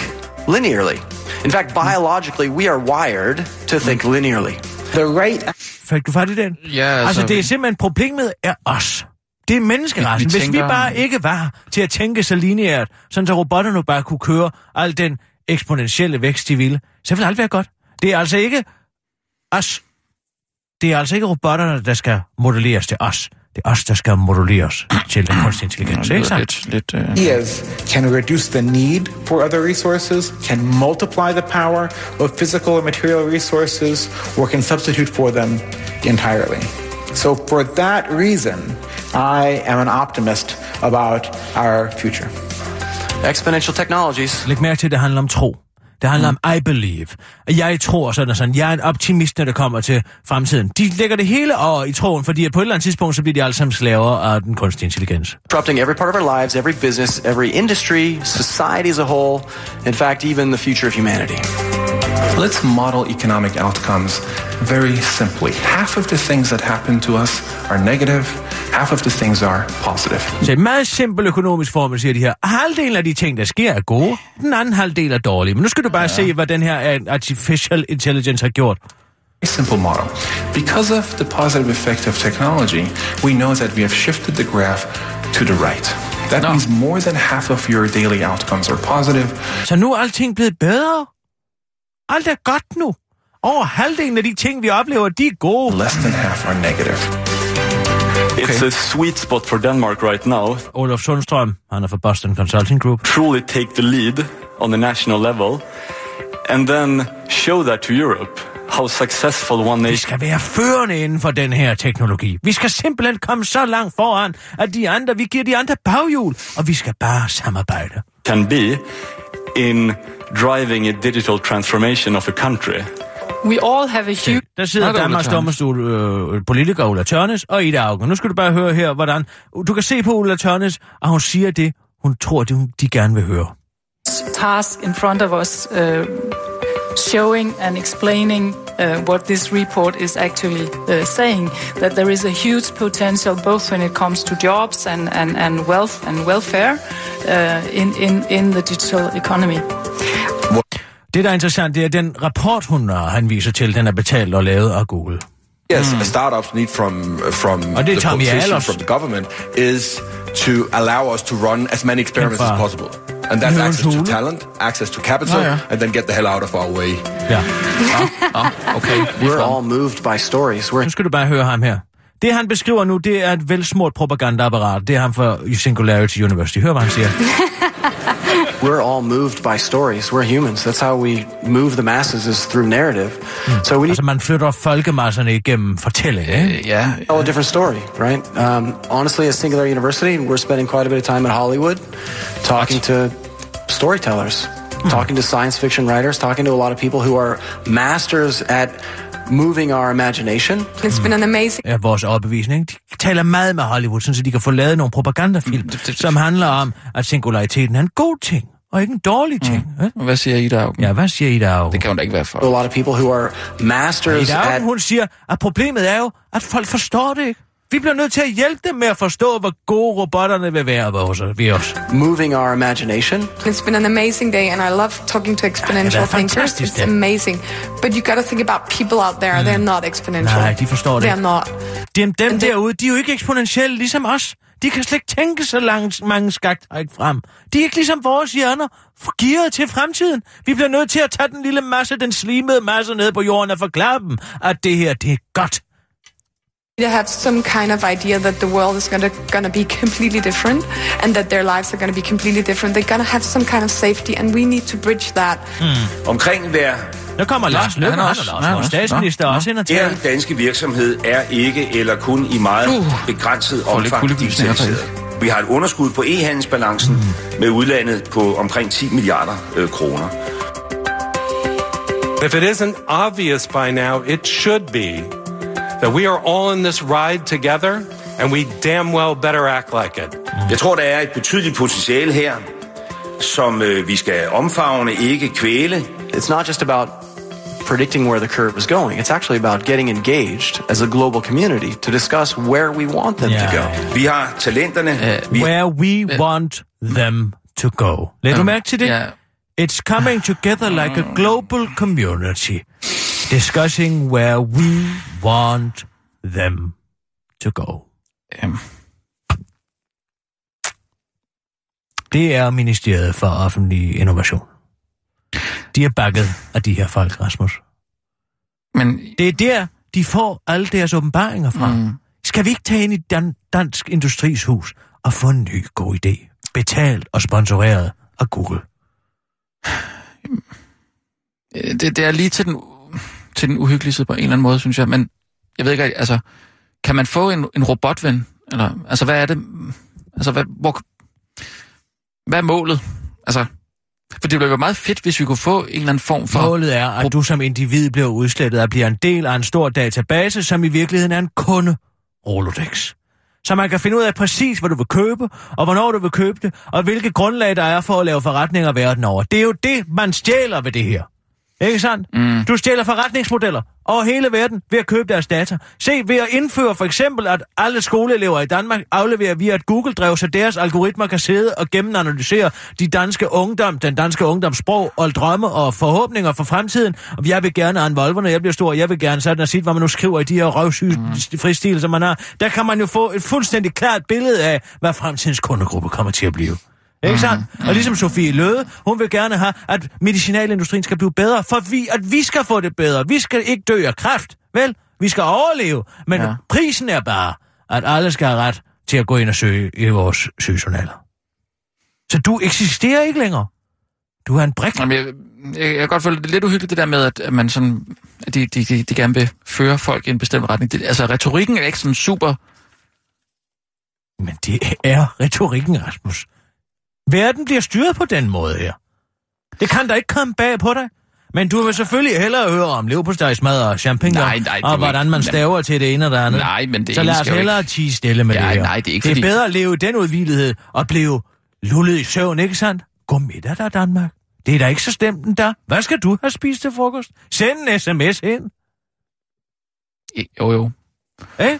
Speaker 11: linearly. In fact, biologically, we are wired to think linearly.
Speaker 14: The right
Speaker 4: Fik du fat i den?
Speaker 5: Ja, altså,
Speaker 4: Altså, det
Speaker 5: vi-
Speaker 4: er simpelthen problemet er os. Det er menneskerassen.
Speaker 5: Vi- vi
Speaker 4: Hvis vi
Speaker 5: tænker-
Speaker 4: bare ikke var til at tænke så lineært, sådan så robotterne bare kunne køre al den eksponentielle vækst, de ville, så ville alt være godt. Det er altså ikke os. Det er altså ikke robotterne, der skal modelleres til os. Det er os, der skal modelleres til den kunstige intelligens.
Speaker 5: Det
Speaker 4: Ikke
Speaker 5: lyder
Speaker 4: sant?
Speaker 5: lidt, lidt, øh,
Speaker 14: ideas can reduce the need for other resources, can multiply the power of physical and material resources, or can substitute for them entirely. So, for that reason, I am an optimist about our future.
Speaker 11: Exponential technologies.
Speaker 4: Læg mærke til, at det handler om tro. Det handler mm. om I believe. Og Jeg tror sådan og sådan. Jeg er en optimist, når det kommer til fremtiden. De lægger det hele over i troen, fordi at på et eller andet tidspunkt, så bliver de alle sammen slaver af den kunstige intelligens.
Speaker 11: disrupting every part of our lives, every business, every industry, society as a whole, in fact, even the future of humanity.
Speaker 15: Let's model economic outcomes very simply. Half of the things that happen to us are negative, half of the things are positive.
Speaker 4: Så en meget simpel økonomisk formel siger de her. Halvdelen af de ting, der sker, er gode. Den anden halvdel er dårlig. Men nu skal du bare ja. se, hvad den her øh, artificial intelligence har gjort.
Speaker 15: A simple model. Because of the positive effect of technology, we know that we have shifted the graph to the right. That
Speaker 5: No.
Speaker 15: means more than half of your daily outcomes are positive.
Speaker 4: Så nu er alting blevet bedre. Alt er godt nu. Over halvdelen af de ting, vi oplever, de er gode.
Speaker 15: Less than half are negative.
Speaker 16: It's a sweet spot for Denmark right now.
Speaker 4: Olof Sundstrøm, han er fra Boston Consulting Group.
Speaker 16: Truly take the lead on the national level and then show that to Europe how successful one
Speaker 4: Vi
Speaker 16: nation
Speaker 4: skal være førende inden for den her teknologi. Vi skal simpelthen komme så langt foran, at de andre, vi giver de andre baghjul, og vi skal bare samarbejde.
Speaker 16: can be in driving a digital transformation of a country.
Speaker 17: We all have a huge...
Speaker 4: Der sidder Danmarks dommerstol, øh, politiker Ulla Tørnes og Ida Augen. Nu skal du bare høre her, hvordan... Du kan se på Ulla Tørnes, og hun siger det, hun tror, det, hun- de gerne vil høre.
Speaker 17: task in front of us uh, showing and explaining uh, what this report is actually uh, saying that there is a huge potential both when it comes to jobs and, and, and wealth and welfare uh, in, in, in the digital economy.
Speaker 4: Det, der er interessant, det er den rapport, hun øh, henviser til, den er betalt og lavet af Google.
Speaker 18: Yes, startups need from from
Speaker 4: Og det
Speaker 18: the
Speaker 4: tager vi alle
Speaker 18: politicians,
Speaker 4: os.
Speaker 18: from the government is to allow us to run as many experiments as
Speaker 4: Fra-
Speaker 18: possible, and that's
Speaker 4: Løvens
Speaker 18: access to talent, access to capital,
Speaker 4: Oh,
Speaker 11: Nå ja.
Speaker 18: and then get the hell out of our way.
Speaker 4: Ja. (laughs)
Speaker 11: okay. We're
Speaker 5: Ligesom-
Speaker 11: all moved by stories. We're
Speaker 4: Nu skal du bare høre ham her. Det, han beskriver nu, det er et velsmurt propagandaapparat. Det er ham fra Singularity University. Hør, hvad han siger.
Speaker 11: We're all moved by stories. We're humans. That's how we move the masses is through narrative. So we need
Speaker 4: Altså, man flytter folkemasserne igennem fortælling, ikke?
Speaker 5: Yeah.
Speaker 11: tell a different story, right? Um, honestly, at Singular University, we're spending quite a bit of time in Hollywood talking to storytellers, talking to science fiction writers, talking to a lot of people who are masters at moving our imagination.
Speaker 19: It's been an amazing
Speaker 4: er vores overbevisning. De taler meget med Hollywood, sådan så de kan få lavet nogle propagandafilm, som handler om, at singulariteten er en god ting, og ikke en dårlig ting. Mm.
Speaker 5: Hvad siger Ida Augen?
Speaker 4: Ja, hvad siger Ida Augen? Det
Speaker 5: kan hun da ikke være for.
Speaker 11: A lot of people who are masters
Speaker 4: Ida
Speaker 11: at
Speaker 4: Augen, hun siger, at problemet er jo, at folk forstår det ikke. Vi bliver nødt til at hjælpe dem med at forstå, hvor gode robotterne vil være ved os. Ved os.
Speaker 11: moving our imagination.
Speaker 19: It's been an amazing day, and I love talking to exponential
Speaker 4: er
Speaker 19: thinkers.
Speaker 4: fantastic
Speaker 19: It's
Speaker 4: day.
Speaker 19: amazing. But you got to think about people out there. They're not exponential.
Speaker 4: Mm. Nej, de forstår det
Speaker 19: They're
Speaker 4: ikke.
Speaker 19: not.
Speaker 4: Dem, dem derude, de er jo ikke eksponentielle ligesom os. De kan slet ikke tænke så langt, mange skagt ikke frem. De er ikke ligesom vores hjerner, gearet til fremtiden. Vi bliver nødt til at tage den lille masse, den slimede masse ned på jorden og forklare dem, at det her, det er godt.
Speaker 19: They have some kind of idea that the world is gonna gonna be completely different, and that their lives are gonna be completely different. They're gonna have some kind of safety, and we need to bridge that.
Speaker 4: Mm.
Speaker 20: Omkring hver...
Speaker 4: Der kommer Lars Løkke, han er også, han er også statsminister, også ind og
Speaker 20: Hver
Speaker 4: tale.
Speaker 20: danske virksomhed er ikke eller kun i meget begrænset
Speaker 4: Uh. Får lidt
Speaker 20: omfang
Speaker 4: kuldegysninger Mm.
Speaker 20: digitaliseret. Vi har et underskud på e-handelsbalancen med udlandet på omkring 10 milliarder øh, kroner.
Speaker 12: If it isn't obvious by now, it should be that we are all in this ride together and we damn well better act like it.
Speaker 20: Jeg tror, der er et betydeligt potentiale her, som øh, vi skal omfavne, ikke kvæle.
Speaker 11: It's not just about predicting where the curve is going. It's actually about getting engaged as a global community to discuss where we want them to go.
Speaker 20: Vi har talenterne.
Speaker 11: Uh,
Speaker 4: Where we want them to go. Lad du mærke til det? It's coming together like a global community, discussing where we want them to go.
Speaker 5: Um.
Speaker 4: Det er Ministeriet for Offentlig Innovation. De er bakket af de her folk, Rasmus.
Speaker 5: Men...
Speaker 4: Det er der, de får alle deres åbenbaringer fra. Mm. Skal vi ikke tage ind i Dan- Dansk Industris Hus og få en ny god idé? Betalt og sponsoreret af Google.
Speaker 5: Øh, det, det er lige til den, til den uhyggelige side på en eller anden måde, synes jeg. Men jeg ved ikke, rigtig, altså, kan man få en, en robotven? Eller, altså, hvad er det? Altså, hvad, hvor, hvad er målet? Altså, for det ville være meget fedt, hvis vi kunne få en eller anden form for...
Speaker 4: Målet er, at du som individ bliver udslettet og bliver en del af en stor database, som i virkeligheden er en kunde. Rolodex. Så man kan finde ud af præcis, hvad du vil købe, og hvornår du vil købe det, og hvilke grundlag der er for at lave forretninger verden over. Det er jo det, man stjæler ved det her. Ikke sandt? Mm. Du stjæler forretningsmodeller over hele verden ved at købe deres data. Se, ved at indføre for eksempel, at alle skoleelever i Danmark afleverer via et Google-drev, så deres algoritmer kan sidde og gennemanalysere de danske ungdom, den danske ungdoms sprog og drømme og forhåbninger for fremtiden. Og jeg vil gerne have en Volvo, når jeg bliver stor, og jeg vil gerne sådan og sige, hvad man nu skriver i de her røvsyge mm. fristil, som man har. Der kan man jo få et fuldstændig klart billede af, hvad fremtidens kundegruppe kommer til at blive. Ikke sandt? Og ligesom Sofie Løde, hun vil gerne have, at medicinalindustrien skal blive bedre, for vi, at vi skal få det bedre. Vi skal ikke dø af kræft, vel? Vi skal overleve, men ja. prisen er bare, at alle skal have ret til at gå ind og søge i vores sygejournaler. Så du eksisterer ikke længere. Du er en brik.
Speaker 5: Jamen, jeg, jeg, jeg kan godt føle, det er lidt uhyggeligt det der med, at, at man sådan, at de, de, de, de gerne vil føre folk i en bestemt retning. Det, altså, retorikken er ikke sådan super...
Speaker 4: Men det er retorikken, Rasmus. Verden bliver styret på den måde her. Det kan da ikke komme bag på dig. Men du vil selvfølgelig hellere høre om leverpostejsmad og champagne,
Speaker 5: Nej, nej, det er
Speaker 4: og hvordan
Speaker 5: ikke-
Speaker 4: man
Speaker 5: men-
Speaker 4: staver til det ene og det andet.
Speaker 5: Nej, men det
Speaker 4: Så
Speaker 5: ene
Speaker 4: lad os
Speaker 5: skal jo
Speaker 4: hellere
Speaker 5: ikke-
Speaker 4: tige stille med
Speaker 5: Ja,
Speaker 4: det her.
Speaker 5: nej, det er ikke
Speaker 4: det er
Speaker 5: fordi-
Speaker 4: bedre at leve i den udvilighed og blive lullet i søvn, ikke sandt? Gå middag der, Danmark. Det er da ikke så stemt den der. Hvad skal du have spist til frokost? Send en sms ind.
Speaker 5: Jo, jo.
Speaker 4: Eh?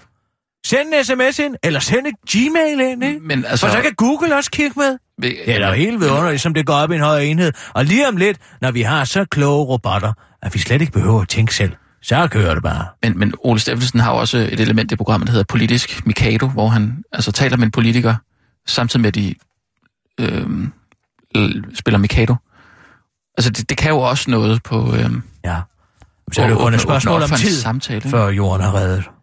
Speaker 4: Send en sms ind, eller send et Gmail ind, ikke?
Speaker 5: Men altså-
Speaker 4: For så kan Google også kigge med. Det er da helt vidunderligt, som det går op i en høj enhed. Og lige om lidt, når vi har så kloge robotter, at vi slet ikke behøver at tænke selv, så kører det bare.
Speaker 5: Men, men Ole Steffensen har jo også et element i programmet, der hedder politisk Mikado, hvor han altså taler med en politiker, samtidig med at de øh, spiller Mikado. Altså, det, det kan jo også noget på... Øh,
Speaker 4: ja. Så er det jo kun et spørgsmål om tid,
Speaker 5: samtale, ikke?
Speaker 4: før jorden er reddet.